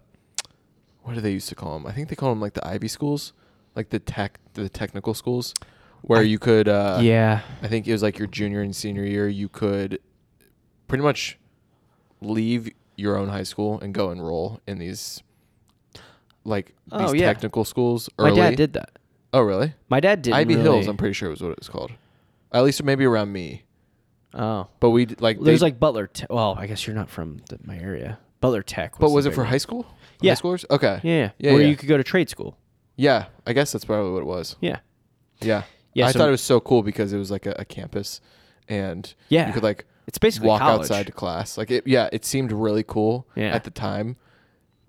[SPEAKER 2] what do they used to call them? I think they call them like the Ivy schools, like the tech, the technical schools, where
[SPEAKER 1] I-
[SPEAKER 2] you could. Uh,
[SPEAKER 1] yeah.
[SPEAKER 2] I think it was like your junior and senior year. You could pretty much leave your own high school and go enroll in these, like these
[SPEAKER 1] Oh, yeah.
[SPEAKER 2] technical schools.
[SPEAKER 1] My
[SPEAKER 2] Early.
[SPEAKER 1] dad did that.
[SPEAKER 2] Oh really?
[SPEAKER 1] My dad did.
[SPEAKER 2] Ivy Hills. I'm pretty sure was what it was called. At least maybe around me.
[SPEAKER 1] Oh,
[SPEAKER 2] But we d- like
[SPEAKER 1] there's
[SPEAKER 2] they-
[SPEAKER 1] like Butler. Te- well, I guess you're not from the, my area. Butler Tech.
[SPEAKER 2] But
[SPEAKER 1] the
[SPEAKER 2] was it
[SPEAKER 1] big
[SPEAKER 2] for
[SPEAKER 1] one.
[SPEAKER 2] high school?
[SPEAKER 1] Yeah.
[SPEAKER 2] High schoolers? Okay.
[SPEAKER 1] Yeah, yeah.
[SPEAKER 2] Yeah.
[SPEAKER 1] Where
[SPEAKER 2] yeah.
[SPEAKER 1] you could go to trade school.
[SPEAKER 2] yeah. I guess that's probably what it was.
[SPEAKER 1] Yeah.
[SPEAKER 2] Yeah.
[SPEAKER 1] Yeah,
[SPEAKER 2] I
[SPEAKER 1] so-
[SPEAKER 2] thought it was so cool because it was like a, a campus and
[SPEAKER 1] Yeah.
[SPEAKER 2] you could like
[SPEAKER 1] It's basically
[SPEAKER 2] walk
[SPEAKER 1] college.
[SPEAKER 2] outside to class. Like it yeah, it seemed really cool
[SPEAKER 1] Yeah.
[SPEAKER 2] at the time.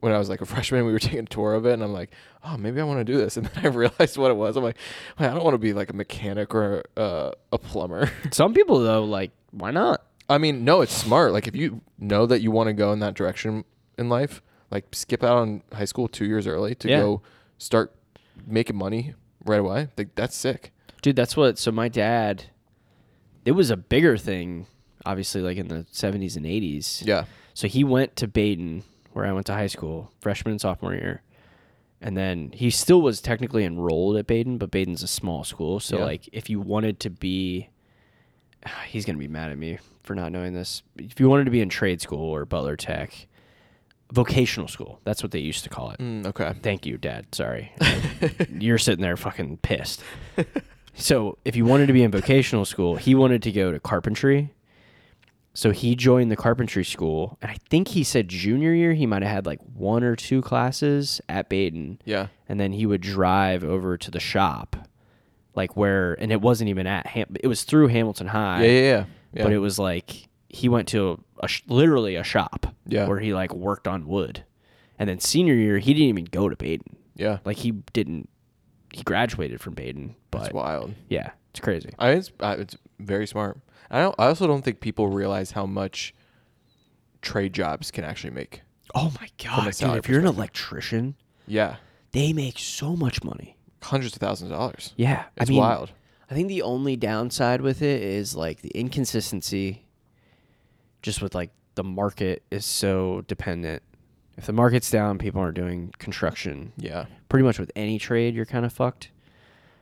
[SPEAKER 2] When I was like a freshman, we were taking a tour of it, and I'm like, "Oh, maybe I want to do this." And then I realized what it was. I'm like, "Man, "I don't want to be like a mechanic or uh, a plumber."
[SPEAKER 1] Some people though, like, why not?
[SPEAKER 2] I mean, no, it's smart. Like if you know that you want to go in that direction in life, like skip out on high school two years early to
[SPEAKER 1] Yeah.
[SPEAKER 2] go start making money right away. Like that's sick.
[SPEAKER 1] Dude, that's what. So my dad, it was a bigger thing, obviously, like in the 70s and 80s.
[SPEAKER 2] Yeah.
[SPEAKER 1] So he went to Baden, where I went to high school, freshman and sophomore year. And then he still was technically enrolled at Baden, but Baden's a small school. So,
[SPEAKER 2] Yeah.
[SPEAKER 1] like, if you wanted to be, he's going to be mad at me for not knowing this. If you wanted to be in trade school or Butler Tech, vocational school, that's what they used to call it.
[SPEAKER 2] Mm, okay.
[SPEAKER 1] Thank you, Dad. Sorry. You're sitting there fucking pissed. So, if you wanted to be in vocational school, he wanted to go to carpentry. So, he joined the carpentry school. And I think he said junior year, he might have had like one or two classes at Baden.
[SPEAKER 2] Yeah.
[SPEAKER 1] And then he would drive over to the shop, like where, and it wasn't even at, Ham- it was through Hamilton High
[SPEAKER 2] Yeah. Yeah. Yeah. yeah.
[SPEAKER 1] but it was like he went to a, sh- literally a shop
[SPEAKER 2] Yeah.
[SPEAKER 1] where he like worked on wood and then senior year he didn't even go to baden
[SPEAKER 2] yeah.
[SPEAKER 1] like he didn't he graduated from baden but
[SPEAKER 2] That's wild.
[SPEAKER 1] yeah it's crazy
[SPEAKER 2] I it's, I it's very smart. I don't. I also don't think people realize how much trade jobs can actually make.
[SPEAKER 1] oh my god dude
[SPEAKER 2] salary
[SPEAKER 1] if you're an electrician
[SPEAKER 2] Yeah,
[SPEAKER 1] they make so much money
[SPEAKER 2] hundreds of thousands of dollars.
[SPEAKER 1] yeah
[SPEAKER 2] It's
[SPEAKER 1] i mean
[SPEAKER 2] wild.
[SPEAKER 1] i think the only downside with it is like the inconsistency just with like the market is so dependent if the market's down people aren't doing construction
[SPEAKER 2] Yeah.
[SPEAKER 1] pretty much with any trade you're kind of fucked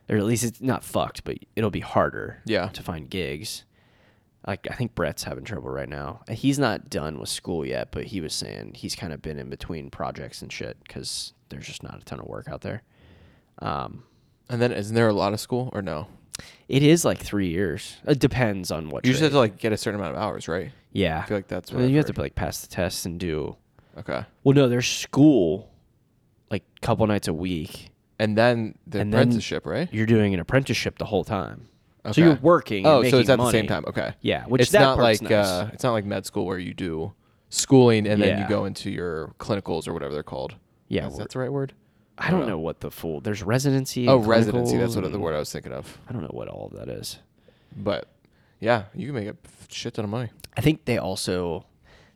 [SPEAKER 1] or at least it's not fucked but it'll be harder
[SPEAKER 2] Yeah.
[SPEAKER 1] to find gigs like i think brett's having trouble right now And he's not done with school yet but he was saying he's kind of been in between projects and shit because there's just not a ton of work out there um,
[SPEAKER 2] And then isn't there a lot of school or no?
[SPEAKER 1] it is like three years it depends on what
[SPEAKER 2] You just
[SPEAKER 1] trade.
[SPEAKER 2] have to like get a certain amount of hours, right?
[SPEAKER 1] yeah
[SPEAKER 2] I feel like that's
[SPEAKER 1] And
[SPEAKER 2] what
[SPEAKER 1] then
[SPEAKER 2] I've
[SPEAKER 1] you have
[SPEAKER 2] heard.
[SPEAKER 1] to like pass the tests and do
[SPEAKER 2] Okay.
[SPEAKER 1] well no there's school like couple nights a week
[SPEAKER 2] And then the
[SPEAKER 1] And then-
[SPEAKER 2] apprenticeship, right?
[SPEAKER 1] you're doing an apprenticeship the whole time so
[SPEAKER 2] Okay.
[SPEAKER 1] you're working and
[SPEAKER 2] Oh, so it's
[SPEAKER 1] making
[SPEAKER 2] at the same
[SPEAKER 1] money.
[SPEAKER 2] time. Okay.
[SPEAKER 1] Yeah, which
[SPEAKER 2] it's
[SPEAKER 1] that
[SPEAKER 2] not
[SPEAKER 1] part's
[SPEAKER 2] like
[SPEAKER 1] nice.
[SPEAKER 2] uh, it's not like med school where you do schooling and then
[SPEAKER 1] Yeah.
[SPEAKER 2] you go into your clinicals or whatever they're called.
[SPEAKER 1] Yeah,
[SPEAKER 2] Is that the right word?
[SPEAKER 1] I don't know what the full. There's residency.
[SPEAKER 2] Oh,
[SPEAKER 1] and
[SPEAKER 2] residency. That's
[SPEAKER 1] clinicals
[SPEAKER 2] what the
[SPEAKER 1] and-
[SPEAKER 2] word I was thinking of.
[SPEAKER 1] I don't know what all of that is.
[SPEAKER 2] But yeah, you can make a shit ton of money.
[SPEAKER 1] I think they also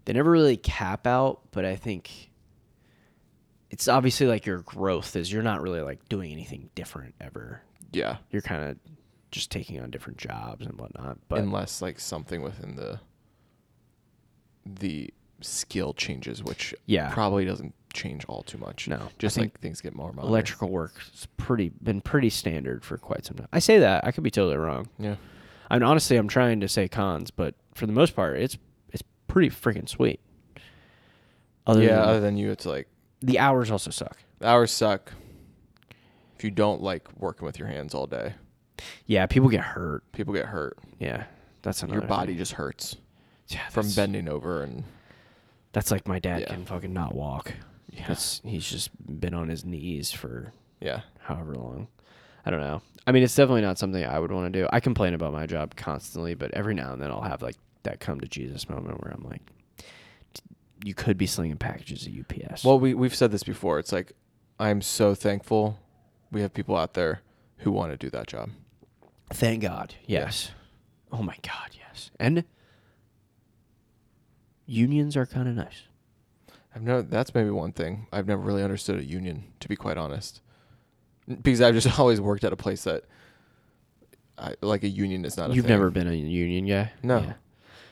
[SPEAKER 1] they never really cap out, but I think it's obviously like your growth is you're not really like doing anything different ever.
[SPEAKER 2] Yeah.
[SPEAKER 1] You're kind of just taking on different jobs and whatnot. But
[SPEAKER 2] Unless like something within the the skill changes, which
[SPEAKER 1] Yeah.
[SPEAKER 2] probably doesn't change all too much.
[SPEAKER 1] No, I
[SPEAKER 2] Just
[SPEAKER 1] think
[SPEAKER 2] like things get more modern.
[SPEAKER 1] electrical work's pretty been pretty standard for quite some time. I say that I could be totally wrong.
[SPEAKER 2] Yeah.
[SPEAKER 1] I mean, honestly, I'm trying to say cons, but for the most part, it's it's pretty freaking sweet. Other
[SPEAKER 2] yeah,
[SPEAKER 1] than
[SPEAKER 2] other than you it's like
[SPEAKER 1] the hours also suck.
[SPEAKER 2] hours suck. If you don't like working with your hands all day,
[SPEAKER 1] Yeah, people get hurt.
[SPEAKER 2] people get hurt.
[SPEAKER 1] Yeah, that's another.
[SPEAKER 2] your body
[SPEAKER 1] thing.
[SPEAKER 2] just hurts
[SPEAKER 1] yeah,
[SPEAKER 2] from
[SPEAKER 1] that's-
[SPEAKER 2] bending over and
[SPEAKER 1] That's like my dad
[SPEAKER 2] Yeah.
[SPEAKER 1] can fucking not walk.
[SPEAKER 2] Yeah.
[SPEAKER 1] That's he's just been on his knees for
[SPEAKER 2] yeah.
[SPEAKER 1] however long. I don't know. I mean, it's definitely not something I would want to do. I complain about my job constantly, but every now and then I'll have like that come to Jesus moment where I'm like, you could be slinging packages at UPS.
[SPEAKER 2] Well, we we've said this before. It's like I'm so thankful we have people out there who want to do that job.
[SPEAKER 1] Thank God. Yes. Oh my God. Yes. And unions are kind of nice.
[SPEAKER 2] I've no that's maybe one thing. I've never really understood a union, to be quite honest. N- Because I've just always worked at a place that I like a union is not a
[SPEAKER 1] You've
[SPEAKER 2] thing.
[SPEAKER 1] never been a union guy.
[SPEAKER 2] No.
[SPEAKER 1] Yeah.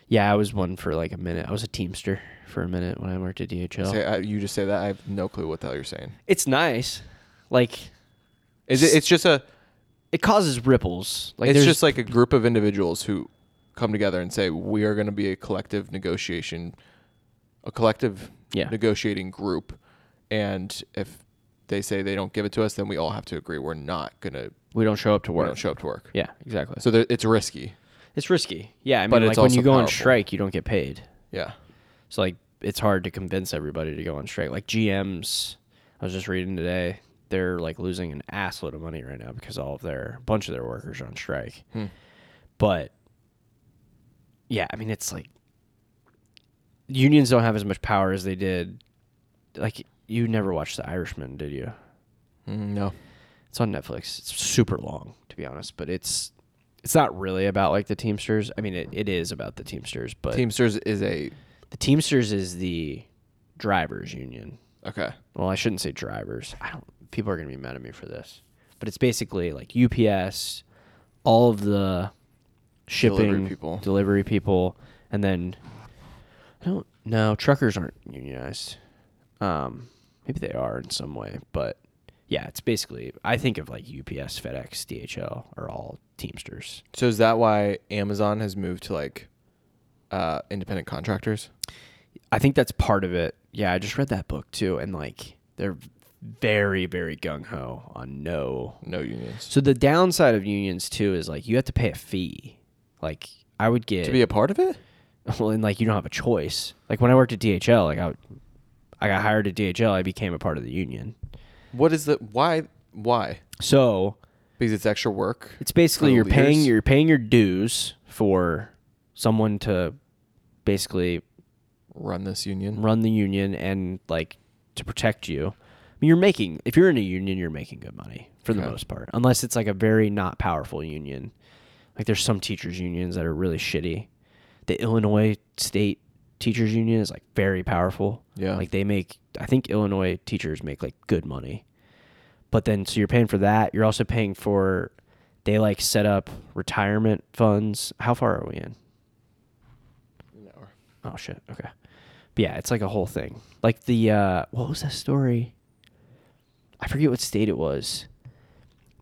[SPEAKER 1] Yeah, I was one for like a minute. I was a teamster for a minute when I worked at DHL.
[SPEAKER 2] Say, I, you just say that. I have no clue what the hell you're saying.
[SPEAKER 1] It's nice. Like
[SPEAKER 2] Is it? It's just a.
[SPEAKER 1] it causes ripples. Like
[SPEAKER 2] it's
[SPEAKER 1] there's-
[SPEAKER 2] just like a group of individuals who come together and say we are going to be a collective negotiation, a collective
[SPEAKER 1] Yeah.
[SPEAKER 2] negotiating group, and if they say they don't give it to us, then we all have to agree we're not going to
[SPEAKER 1] we don't show up to
[SPEAKER 2] we
[SPEAKER 1] work.
[SPEAKER 2] don't show up to work.
[SPEAKER 1] Yeah, exactly.
[SPEAKER 2] So there, it's risky.
[SPEAKER 1] it's risky. Yeah, I mean
[SPEAKER 2] But
[SPEAKER 1] like
[SPEAKER 2] it's
[SPEAKER 1] when
[SPEAKER 2] also
[SPEAKER 1] you go on
[SPEAKER 2] powerful.
[SPEAKER 1] strike, you don't get paid.
[SPEAKER 2] Yeah.
[SPEAKER 1] So like it's hard to convince everybody to go on strike. Like GMs, I was just reading today, they're like losing an assload of money right now because all of their a bunch of their workers are on strike.
[SPEAKER 2] Hmm.
[SPEAKER 1] But yeah, I mean it's like unions don't have as much power as they did. Like you never watched The Irishman, did you?
[SPEAKER 2] Mm, no.
[SPEAKER 1] It's on Netflix. It's super long, to be honest, but it's it's not really about like the Teamsters. I mean, it, it is about the Teamsters, but
[SPEAKER 2] Teamsters is a
[SPEAKER 1] the Teamsters is the drivers union.
[SPEAKER 2] okay.
[SPEAKER 1] Well, I shouldn't say drivers. I don't. People are gonna be mad at me for this, but it's basically like UPS, all of the shipping
[SPEAKER 2] Delivery people.
[SPEAKER 1] delivery people, and then I don't. No, truckers aren't unionized. Um, maybe they are in some way, but yeah, it's basically. I think of like UPS, FedEx, DHL are all Teamsters.
[SPEAKER 2] So is that why Amazon has moved to like uh, independent contractors?
[SPEAKER 1] I think that's part of it. Yeah, I just read that book too, and like they're very, very gung ho on no
[SPEAKER 2] No unions.
[SPEAKER 1] So the downside of unions too is like you have to pay a fee. Like I would get
[SPEAKER 2] to be a part of it?
[SPEAKER 1] well, and like you don't have a choice. Like when I worked at DHL, like I, I got hired at DHL. I became a part of the union.
[SPEAKER 2] What is the why? Why?
[SPEAKER 1] So
[SPEAKER 2] Because it's extra work.
[SPEAKER 1] it's basically
[SPEAKER 2] the
[SPEAKER 1] you're paying
[SPEAKER 2] leaders?
[SPEAKER 1] you're paying your dues for someone to basically
[SPEAKER 2] Run this union.
[SPEAKER 1] run the union and like to protect you. I mean, you're making if you're in a union, you're making good money for the
[SPEAKER 2] Okay.
[SPEAKER 1] most part, unless it's like a very not powerful union. Like there's some teachers unions that are really shitty. The Illinois State Teachers Union is like very powerful.
[SPEAKER 2] Yeah.
[SPEAKER 1] like they make I think Illinois teachers make like good money. But then so you're paying for that. You're also paying for they like set up retirement funds. How far are we in?
[SPEAKER 2] An hour.
[SPEAKER 1] Oh shit. Okay. But yeah, it's like a whole thing. Like the uh what was that story? I forget what state it was.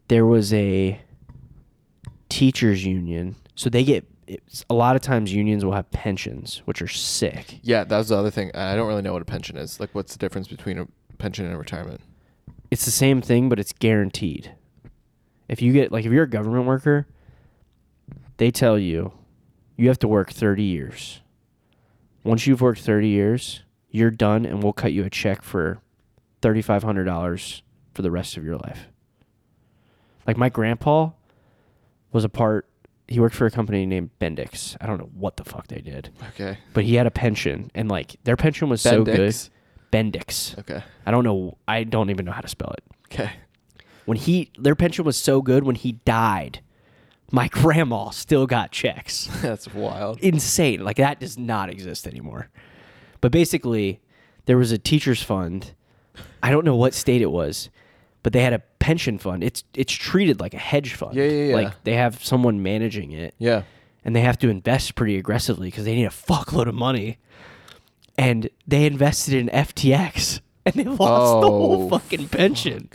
[SPEAKER 1] There was a teachers union. So they get it's, a lot of times unions will have pensions, which are sick.
[SPEAKER 2] Yeah, that was the other thing. I don't really know what a pension is. Like, what's the difference between a pension and a retirement?
[SPEAKER 1] It's the same thing but it's guaranteed. If you get like if you're a government worker, they tell you you have to work 30 years. Once you've worked 30 years, you're done and we'll cut you a check for $3500 for the rest of your life. Like my grandpa was a part he worked for a company named Bendix. I don't know what the fuck they did,
[SPEAKER 2] Okay.
[SPEAKER 1] but he had a pension and like their pension was
[SPEAKER 2] Bendix?
[SPEAKER 1] so good. Bendix.
[SPEAKER 2] Okay.
[SPEAKER 1] I don't know I don't even know how to spell it
[SPEAKER 2] Okay.
[SPEAKER 1] when he their pension was so good when he died my grandma still got checks
[SPEAKER 2] That's wild.
[SPEAKER 1] insane like that does not exist anymore but basically there was a teachers fund i don't know what state it was but they had a pension fund it's it's treated like a hedge fund
[SPEAKER 2] Yeah, yeah, yeah.
[SPEAKER 1] like they have someone managing it
[SPEAKER 2] Yeah.
[SPEAKER 1] and they have to invest pretty aggressively because they need a fuckload of money. And they invested in FTX and they lost the
[SPEAKER 2] Oh,
[SPEAKER 1] whole fucking pension.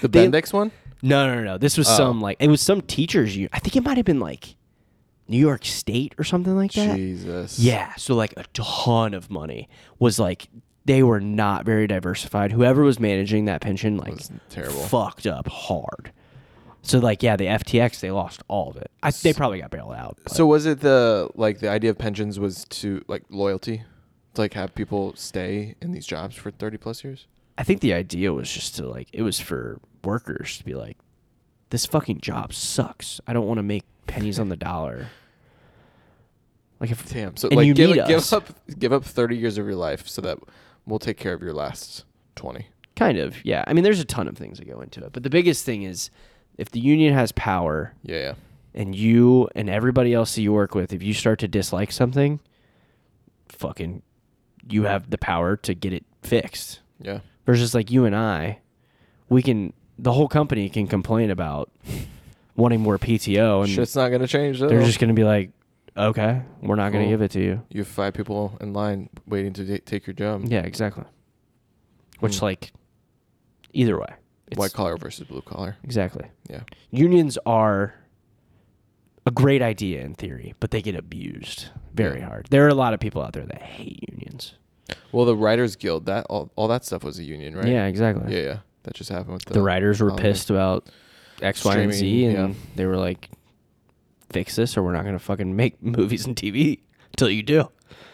[SPEAKER 2] The
[SPEAKER 1] They-
[SPEAKER 2] Bendix one?
[SPEAKER 1] No, no, no, no. This was
[SPEAKER 2] Oh.
[SPEAKER 1] some like it was some teachers. You, I think it might have been like New York State or something like that.
[SPEAKER 2] Jesus.
[SPEAKER 1] Yeah. So like a ton of money was like they were not very diversified. Whoever was managing that pension like
[SPEAKER 2] Was terrible.
[SPEAKER 1] fucked up hard. So like yeah, the FTX they lost all of it. I, they probably got bailed out. but-
[SPEAKER 2] So was it the like the idea of pensions was to like loyalty, to like have people stay in these jobs for thirty plus years?
[SPEAKER 1] I think the idea was just to like it was for workers to be like, this fucking job sucks. I don't want to make pennies on the dollar. Like if
[SPEAKER 2] Damn. So
[SPEAKER 1] and
[SPEAKER 2] like
[SPEAKER 1] you
[SPEAKER 2] give,
[SPEAKER 1] need
[SPEAKER 2] give
[SPEAKER 1] us.
[SPEAKER 2] up give up thirty years of your life so that we'll take care of your last twenty.
[SPEAKER 1] kind of yeah. I mean, there's a ton of things that go into it, but the biggest thing is if the union has power
[SPEAKER 2] Yeah. Yeah.
[SPEAKER 1] and you and everybody else that you work with, if you start to dislike something, fucking, you have the power to get it fixed.
[SPEAKER 2] Yeah.
[SPEAKER 1] versus like you and I, we can the whole company can complain about wanting more PTO Oh, and
[SPEAKER 2] Shit's not gonna change. Though.
[SPEAKER 1] they're just gonna be like, okay, we're not going to
[SPEAKER 2] Cool.
[SPEAKER 1] give it to you.
[SPEAKER 2] You have five people in line waiting to ta- take your job.
[SPEAKER 1] Yeah, exactly. Which
[SPEAKER 2] Hmm.
[SPEAKER 1] like either way. It's,
[SPEAKER 2] White collar versus blue collar.
[SPEAKER 1] exactly.
[SPEAKER 2] Yeah.
[SPEAKER 1] Unions are a great idea in theory, but they get abused very
[SPEAKER 2] Yeah.
[SPEAKER 1] hard. There are a lot of people out there that hate unions.
[SPEAKER 2] Well, the Writers Guild, that all, all that stuff was a union, right?
[SPEAKER 1] Yeah, exactly.
[SPEAKER 2] Yeah, yeah. That just happened with the,
[SPEAKER 1] the, writers were
[SPEAKER 2] holiday.
[SPEAKER 1] pissed about X, Y, and Z,
[SPEAKER 2] Streaming,
[SPEAKER 1] and
[SPEAKER 2] yeah.
[SPEAKER 1] they were like, "Fix this, or we're not going to fucking make movies and TV until you do."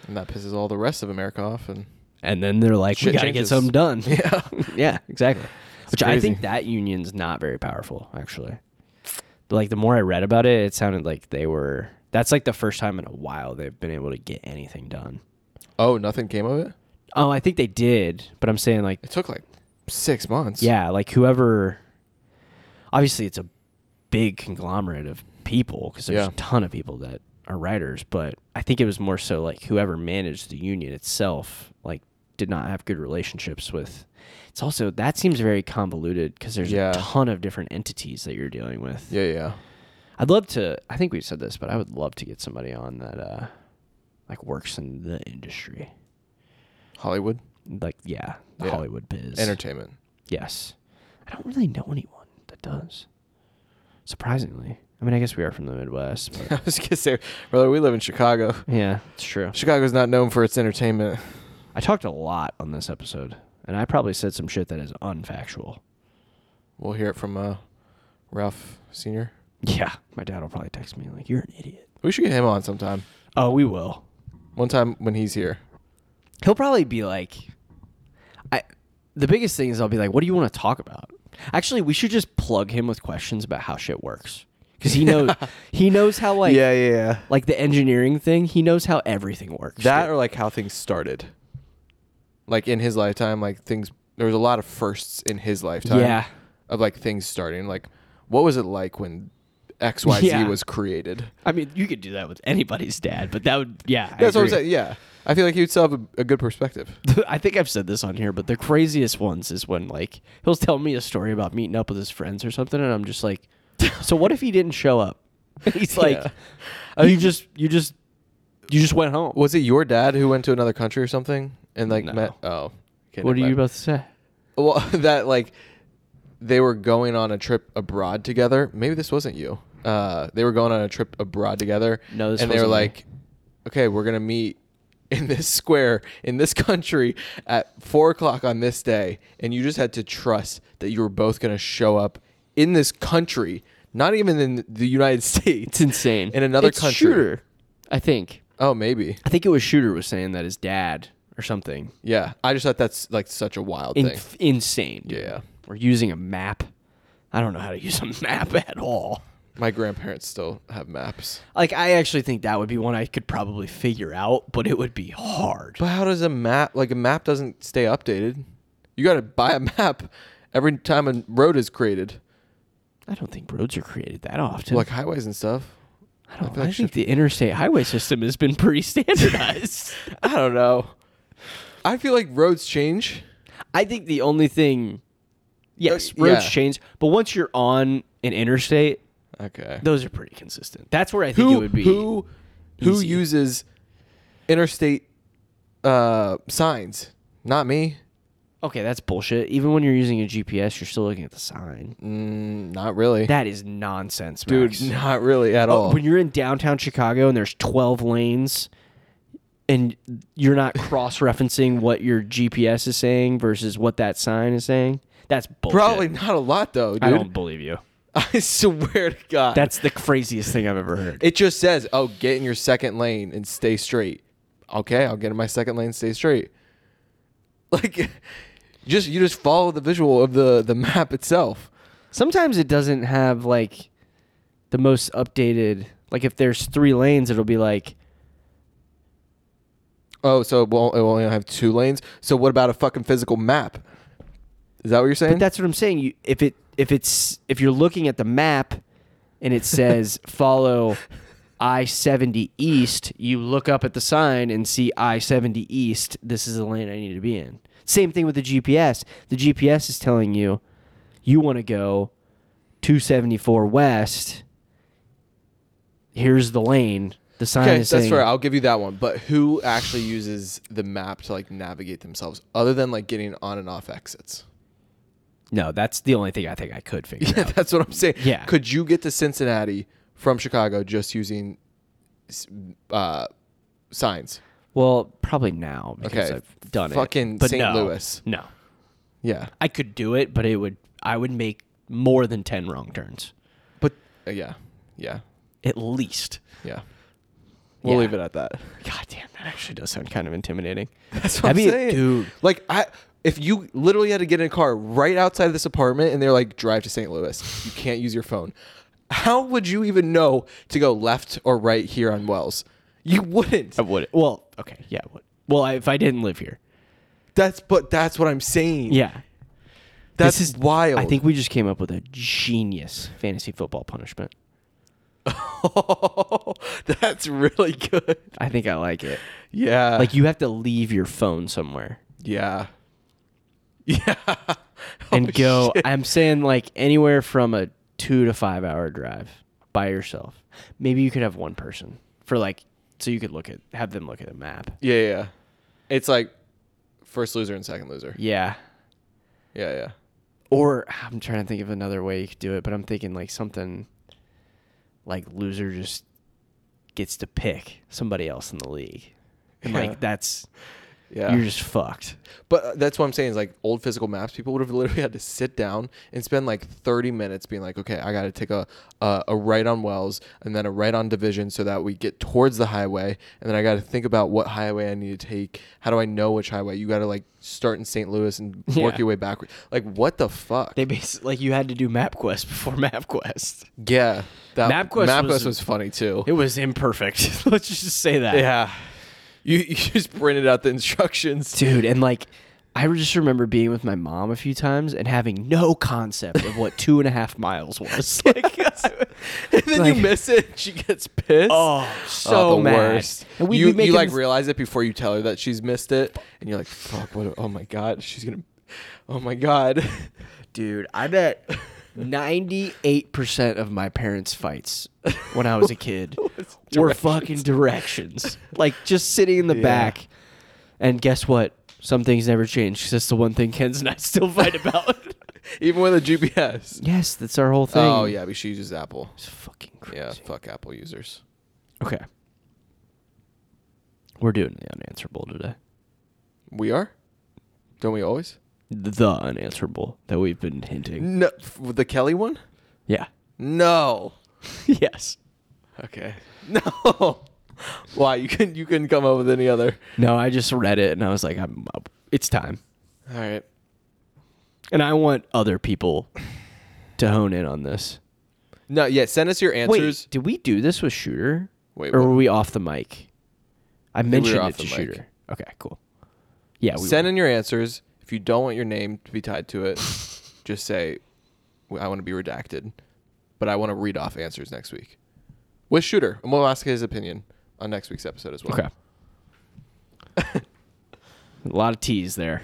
[SPEAKER 2] And that pisses all the rest of America off. And
[SPEAKER 1] And then they're like, "We
[SPEAKER 2] Shit
[SPEAKER 1] got to get
[SPEAKER 2] changes.
[SPEAKER 1] something done."
[SPEAKER 2] yeah,
[SPEAKER 1] yeah, exactly. Which I
[SPEAKER 2] crazy.
[SPEAKER 1] think that union's not very powerful, actually. But like the more I read about it, it sounded like they were. That's like the first time in a while they've been able to get anything done.
[SPEAKER 2] Oh, nothing came of it.
[SPEAKER 1] Oh, I think they did, but I'm saying like
[SPEAKER 2] It took like six months.
[SPEAKER 1] Yeah, like whoever. Obviously, it's a big conglomerate of people because there's
[SPEAKER 2] Yeah.
[SPEAKER 1] a ton of people that are writers. But I think it was more so like whoever managed the union itself, like, did not have good relationships with. It's also that seems very convoluted because there's
[SPEAKER 2] Yeah.
[SPEAKER 1] a ton of different entities that you're dealing with.
[SPEAKER 2] Yeah, yeah.
[SPEAKER 1] I'd love to. I think we've said this, but I would love to get somebody on that, uh, like, works in the industry,
[SPEAKER 2] Hollywood
[SPEAKER 1] like, yeah, the
[SPEAKER 2] Yeah.
[SPEAKER 1] Hollywood biz,
[SPEAKER 2] entertainment.
[SPEAKER 1] Yes. I don't really know anyone that does. Surprisingly. I mean, I guess we are from the Midwest.
[SPEAKER 2] I
[SPEAKER 1] But
[SPEAKER 2] was gonna say, brother, we live in Chicago.
[SPEAKER 1] yeah, it's true.
[SPEAKER 2] Chicago's not known for its entertainment.
[SPEAKER 1] I talked a lot on this episode, and I probably said some shit that is unfactual.
[SPEAKER 2] We'll hear it from uh, Ralph Senior.
[SPEAKER 1] Yeah, my dad will probably text me, like, you're an idiot.
[SPEAKER 2] We should get him on sometime.
[SPEAKER 1] Oh, we will.
[SPEAKER 2] One time when he's here.
[SPEAKER 1] He'll probably be like, I. The biggest thing is I'll be like, what do you want to talk about? Actually, we should just plug him with questions about how shit works. Because he knows he knows how like
[SPEAKER 2] yeah.
[SPEAKER 1] like the engineering thing, he knows how everything works.
[SPEAKER 2] That
[SPEAKER 1] dude.
[SPEAKER 2] or like how things started. Like in his lifetime, like things. There was a lot of firsts in his lifetime.
[SPEAKER 1] Yeah.
[SPEAKER 2] Of like things starting. Like, what was it like when X Y Z
[SPEAKER 1] Yeah.
[SPEAKER 2] was created?
[SPEAKER 1] I mean, you could do that with anybody's dad, but that would, yeah. I
[SPEAKER 2] That's what I'm
[SPEAKER 1] agree.
[SPEAKER 2] saying. Yeah, I feel like he'd still have a, a good perspective.
[SPEAKER 1] I think I've said this on here, but the craziest ones is when, like, he'll tell me a story about meeting up with his friends or something, and I'm just like, so what if he didn't show up? He's like,
[SPEAKER 2] Yeah.
[SPEAKER 1] you just, you just, you just went home.
[SPEAKER 2] Was it your dad who went to another country or something and like
[SPEAKER 1] No.
[SPEAKER 2] met? Oh, okay,
[SPEAKER 1] what are
[SPEAKER 2] never
[SPEAKER 1] you
[SPEAKER 2] mind.
[SPEAKER 1] about to say?
[SPEAKER 2] Well, that like they were going on a trip abroad together. Maybe this wasn't you. Uh, they were going on a trip abroad together.
[SPEAKER 1] No, this
[SPEAKER 2] and they were
[SPEAKER 1] wasn't me.
[SPEAKER 2] like, okay, we're gonna meet in this square in this country at four o'clock on this day, and you just had to trust that you were both gonna show up in this country, not even in the United States.
[SPEAKER 1] It's insane.
[SPEAKER 2] In another
[SPEAKER 1] It's
[SPEAKER 2] country.
[SPEAKER 1] Shooter, I think.
[SPEAKER 2] Oh, maybe.
[SPEAKER 1] I think it was Shooter was saying that his dad or something.
[SPEAKER 2] Yeah, I just thought that's like such a wild
[SPEAKER 1] In-
[SPEAKER 2] thing.
[SPEAKER 1] insane. dude.
[SPEAKER 2] Yeah,
[SPEAKER 1] We're using a map. I don't know how to use a map at all.
[SPEAKER 2] my grandparents still have maps.
[SPEAKER 1] Like I actually think that would be one I could probably figure out, but it would be hard.
[SPEAKER 2] But how does a map like a map doesn't stay updated? You got to buy a map every time a road is created,
[SPEAKER 1] I don't think roads are created that often.
[SPEAKER 2] like highways and stuff.
[SPEAKER 1] I don't. I,
[SPEAKER 2] feel like
[SPEAKER 1] think the interstate highway system has been pretty standardized.
[SPEAKER 2] I don't know. I feel like roads change.
[SPEAKER 1] I think the only thing, yes,
[SPEAKER 2] Uh,
[SPEAKER 1] roads
[SPEAKER 2] yeah.
[SPEAKER 1] change, but once you're on an interstate,
[SPEAKER 2] Okay.
[SPEAKER 1] those are pretty consistent. That's where I think
[SPEAKER 2] who
[SPEAKER 1] it would be.
[SPEAKER 2] who who
[SPEAKER 1] easy.
[SPEAKER 2] uses interstate uh, signs? Not me.
[SPEAKER 1] Okay, that's bullshit. Even when you're using a GPS, you're still looking at the sign.
[SPEAKER 2] Mm, not really,
[SPEAKER 1] That is nonsense,
[SPEAKER 2] dude.
[SPEAKER 1] Max.
[SPEAKER 2] Not really at all.
[SPEAKER 1] Uh, When you're in downtown Chicago and there's 12 lanes and you're not cross referencing what your GPS is saying versus what that sign is saying, that's bullshit.
[SPEAKER 2] Probably not a lot though, dude.
[SPEAKER 1] I don't believe you.
[SPEAKER 2] I swear to God.
[SPEAKER 1] That's the craziest thing I've ever heard.
[SPEAKER 2] It just says, "Oh, get in your second lane and stay straight." Okay, I'll get in my second lane, stay straight. Like, just you just follow the visual of the the map itself.
[SPEAKER 1] Sometimes it doesn't have like the most updated, like if there's three lanes, it'll be like,
[SPEAKER 2] Oh, so it will it will only have two lanes. So what about a fucking physical map? Is that what you're saying?
[SPEAKER 1] but that's what I'm saying. You, if it, if it's, if you're looking at the map and it says follow I 70 East, you look up at the sign and see I 70 East. This is the lane I need to be in. Same thing with the GPS. The GPS is telling you you want to go 274 West. Here's the lane. The sign
[SPEAKER 2] Okay,
[SPEAKER 1] is
[SPEAKER 2] that's
[SPEAKER 1] saying
[SPEAKER 2] fair. I'll give you that one. But who actually uses the map to like navigate themselves, other than like getting on and off exits?
[SPEAKER 1] no. That's the only thing I think I could figure
[SPEAKER 2] Yeah,
[SPEAKER 1] out.
[SPEAKER 2] that's what I'm saying.
[SPEAKER 1] Yeah.
[SPEAKER 2] Could you get to Cincinnati from Chicago just using s- uh, signs?
[SPEAKER 1] Well, probably now because
[SPEAKER 2] Okay,
[SPEAKER 1] I've done
[SPEAKER 2] fucking
[SPEAKER 1] it. But
[SPEAKER 2] St.
[SPEAKER 1] no,
[SPEAKER 2] Louis.
[SPEAKER 1] No,
[SPEAKER 2] Yeah.
[SPEAKER 1] I could do it, but it would I would make more than ten wrong turns
[SPEAKER 2] But uh, yeah, yeah,
[SPEAKER 1] at least.
[SPEAKER 2] yeah. We'll
[SPEAKER 1] Yeah.
[SPEAKER 2] leave it at that.
[SPEAKER 1] God damn, that actually does sound kind of intimidating.
[SPEAKER 2] That's
[SPEAKER 1] I mean, dude.
[SPEAKER 2] Like I, if you literally had to get in a car right outside of this apartment and they're like, drive to St. Louis, you can't use your phone. How would you even know to go left or right here on Wells? You wouldn't.
[SPEAKER 1] I would. Well, okay, yeah. I would. Well, I, if I didn't live here,
[SPEAKER 2] That's but that's what I'm saying.
[SPEAKER 1] yeah.
[SPEAKER 2] that's
[SPEAKER 1] this is
[SPEAKER 2] wild.
[SPEAKER 1] I think we just came up with a genius fantasy football punishment.
[SPEAKER 2] that's really good.
[SPEAKER 1] I think I like it.
[SPEAKER 2] Yeah.
[SPEAKER 1] Like you have to leave your phone somewhere
[SPEAKER 2] Yeah. Yeah.
[SPEAKER 1] and
[SPEAKER 2] Oh,
[SPEAKER 1] go.
[SPEAKER 2] shit.
[SPEAKER 1] I'm saying like anywhere from a two to five hour drive by yourself. Maybe you could have one person for like so you could look at have them look at a map.
[SPEAKER 2] Yeah, yeah, yeah. It's like first loser and second loser.
[SPEAKER 1] Yeah.
[SPEAKER 2] Yeah, yeah.
[SPEAKER 1] Or I'm trying to think of another way you could do it, but I'm thinking like something like loser just gets to pick somebody else in the league. And
[SPEAKER 2] Yeah.
[SPEAKER 1] like that's
[SPEAKER 2] Yeah.
[SPEAKER 1] you're just fucked.
[SPEAKER 2] But uh, that's what I'm saying is like old physical maps, people would have literally had to sit down and spend like 30 minutes being like, okay, I got to take a, a a right on Wells and then a right on Division so that we get towards the highway, and then I got to think about what highway I need to take. How do I know which highway? You got to like start in St. Louis and work
[SPEAKER 1] Yeah.
[SPEAKER 2] your way backward. Like what the fuck?
[SPEAKER 1] They basically like you had to do MapQuest before MapQuest.
[SPEAKER 2] yeah, that
[SPEAKER 1] MapQuest
[SPEAKER 2] MapQuest was,
[SPEAKER 1] was-
[SPEAKER 2] funny too.
[SPEAKER 1] It was imperfect. Let's just say that.
[SPEAKER 2] yeah, you you just printed out the instructions.
[SPEAKER 1] Dude, and like I just remember being with my mom a few times and having no concept of what two and a half miles was. Like,
[SPEAKER 2] and then
[SPEAKER 1] Like-
[SPEAKER 2] you miss it. and She gets pissed.
[SPEAKER 1] Oh, so mad. And we'd
[SPEAKER 2] you,
[SPEAKER 1] be
[SPEAKER 2] you,
[SPEAKER 1] making
[SPEAKER 2] like
[SPEAKER 1] this-
[SPEAKER 2] realize it before you tell her that she's missed it, and you're like, "Fuck! What? Oh my god, she's gonna. Oh my god.
[SPEAKER 1] Dude, I bet 98% of my parents' fights when I was a kid were fucking directions. Like just sitting in the back. And guess what? Some things never change 'cause that's the one thing Ken's and I still fight about.
[SPEAKER 2] Even with a GPS.
[SPEAKER 1] yes, that's our whole thing.
[SPEAKER 2] Oh yeah, but she uses Apple.
[SPEAKER 1] It's fucking crazy.
[SPEAKER 2] Yeah, fuck Apple users.
[SPEAKER 1] Okay. We're doing the unanswerable today.
[SPEAKER 2] We are. Don't we always?
[SPEAKER 1] The unanswerable that we've been hinting.
[SPEAKER 2] No, f- the Kelly one.
[SPEAKER 1] Yeah.
[SPEAKER 2] No.
[SPEAKER 1] yes.
[SPEAKER 2] Okay. No. Why you couldn't you couldn't come up with any other?
[SPEAKER 1] No, I just read it and I was like, I'm up. It's time.
[SPEAKER 2] All right.
[SPEAKER 1] And I want other people to hone in on this.
[SPEAKER 2] No. Yeah. Send us your answers.
[SPEAKER 1] Wait, did we do this with Shooter?
[SPEAKER 2] Wait,
[SPEAKER 1] or
[SPEAKER 2] what?
[SPEAKER 1] were we off the mic? I
[SPEAKER 2] we were
[SPEAKER 1] mentioned
[SPEAKER 2] off
[SPEAKER 1] it to
[SPEAKER 2] the mic.
[SPEAKER 1] Shooter. Okay, cool. Yeah, we
[SPEAKER 2] Send
[SPEAKER 1] were.
[SPEAKER 2] in your answers. If you don't want your name to be tied to it, just say, "W- I want to be redacted, but I want to read off answers next week with Shooter. And we'll ask his opinion on next week's episode as well.
[SPEAKER 1] Okay. A lot of teas there.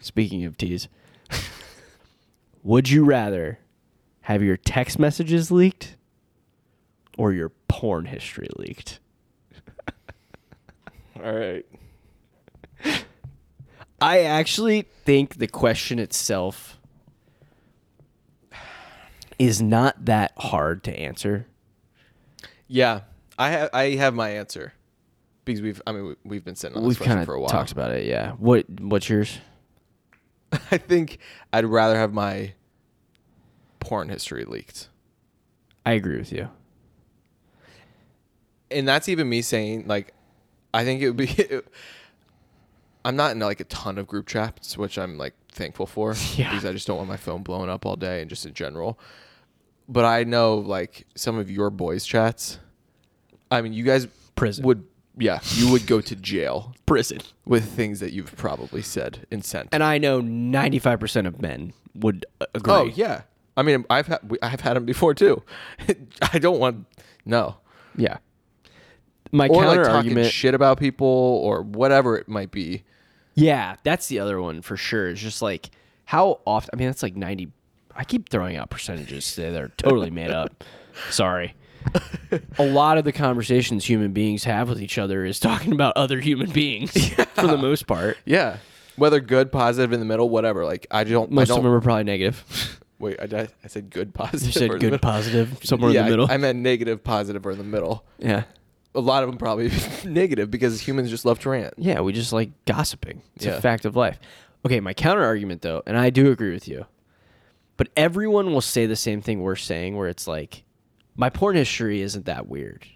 [SPEAKER 1] Speaking of teas, would you rather have your text messages leaked or your porn history leaked?
[SPEAKER 2] All right.
[SPEAKER 1] I actually think the question itself is not that hard to answer.
[SPEAKER 2] Yeah. I have I have my answer because we've I mean we- we've been sitting on this
[SPEAKER 1] We've
[SPEAKER 2] question
[SPEAKER 1] kind
[SPEAKER 2] for a
[SPEAKER 1] of
[SPEAKER 2] while.
[SPEAKER 1] talked about it, yeah. What what's yours?
[SPEAKER 2] I think I'd rather have my porn history leaked.
[SPEAKER 1] I agree with you.
[SPEAKER 2] and that's even me saying like i think it would be i'm not in like a ton of group chats which i'm like thankful for
[SPEAKER 1] Yeah.
[SPEAKER 2] because i just don't want my phone blowing up all day and just in general but i know like some of your boys chats i mean you guys
[SPEAKER 1] Prison.
[SPEAKER 2] would yeah you would go to jail
[SPEAKER 1] Prison.
[SPEAKER 2] with things that you've probably said and sent
[SPEAKER 1] And I know 95% of men would uh, agree.
[SPEAKER 2] oh yeah i mean i've had we- i've had them before too i don't want no
[SPEAKER 1] Yeah. My
[SPEAKER 2] or like
[SPEAKER 1] counter
[SPEAKER 2] talking
[SPEAKER 1] argument.
[SPEAKER 2] shit about people or whatever it might be
[SPEAKER 1] yeah, that's the other one for sure. It's just like how often. I mean, that's like ninety. I keep throwing out percentages that are totally made up. Sorry, a lot of the conversations human beings have with each other is talking about other human beings for the most part.
[SPEAKER 2] Yeah. Whether good, positive, in the middle, whatever. Like I don't.
[SPEAKER 1] Most
[SPEAKER 2] I
[SPEAKER 1] of
[SPEAKER 2] don't,
[SPEAKER 1] them are probably negative.
[SPEAKER 2] Wait, I, did- I said good, positive.
[SPEAKER 1] You said
[SPEAKER 2] or
[SPEAKER 1] good,
[SPEAKER 2] middle.
[SPEAKER 1] positive, somewhere
[SPEAKER 2] yeah,
[SPEAKER 1] in the middle.
[SPEAKER 2] I, I meant negative, positive, or in the middle.
[SPEAKER 1] yeah,
[SPEAKER 2] A lot of them probably negative because humans just love to rant.
[SPEAKER 1] yeah. We just like gossiping. It's
[SPEAKER 2] Yeah.
[SPEAKER 1] a fact of life. Okay, my counter argument though, and I do agree with you, but everyone will say the same thing we're saying, where it's like, my porn history isn't that weird.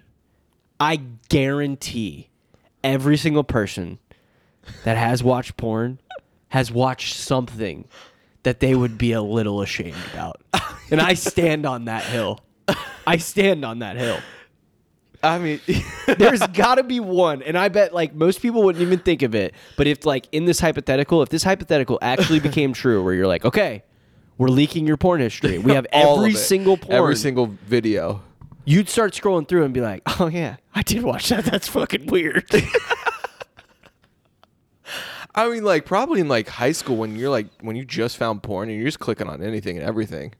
[SPEAKER 1] I guarantee every single person that has watched porn has watched something that they would be a little ashamed about. And I stand on that hill. I stand on that hill.
[SPEAKER 2] I mean,
[SPEAKER 1] There's got to be one, and I bet like most people wouldn't even think of it. But if like in this hypothetical, if this hypothetical actually became true, where you're like, okay, we're leaking your porn history. We have
[SPEAKER 2] all
[SPEAKER 1] every
[SPEAKER 2] of it.
[SPEAKER 1] single porn.
[SPEAKER 2] every single video.
[SPEAKER 1] You'd start scrolling through and be like, oh yeah, I did watch that. That's fucking weird.
[SPEAKER 2] I mean, like probably in like high school when you're like when you just found porn and you're just clicking on anything and everything.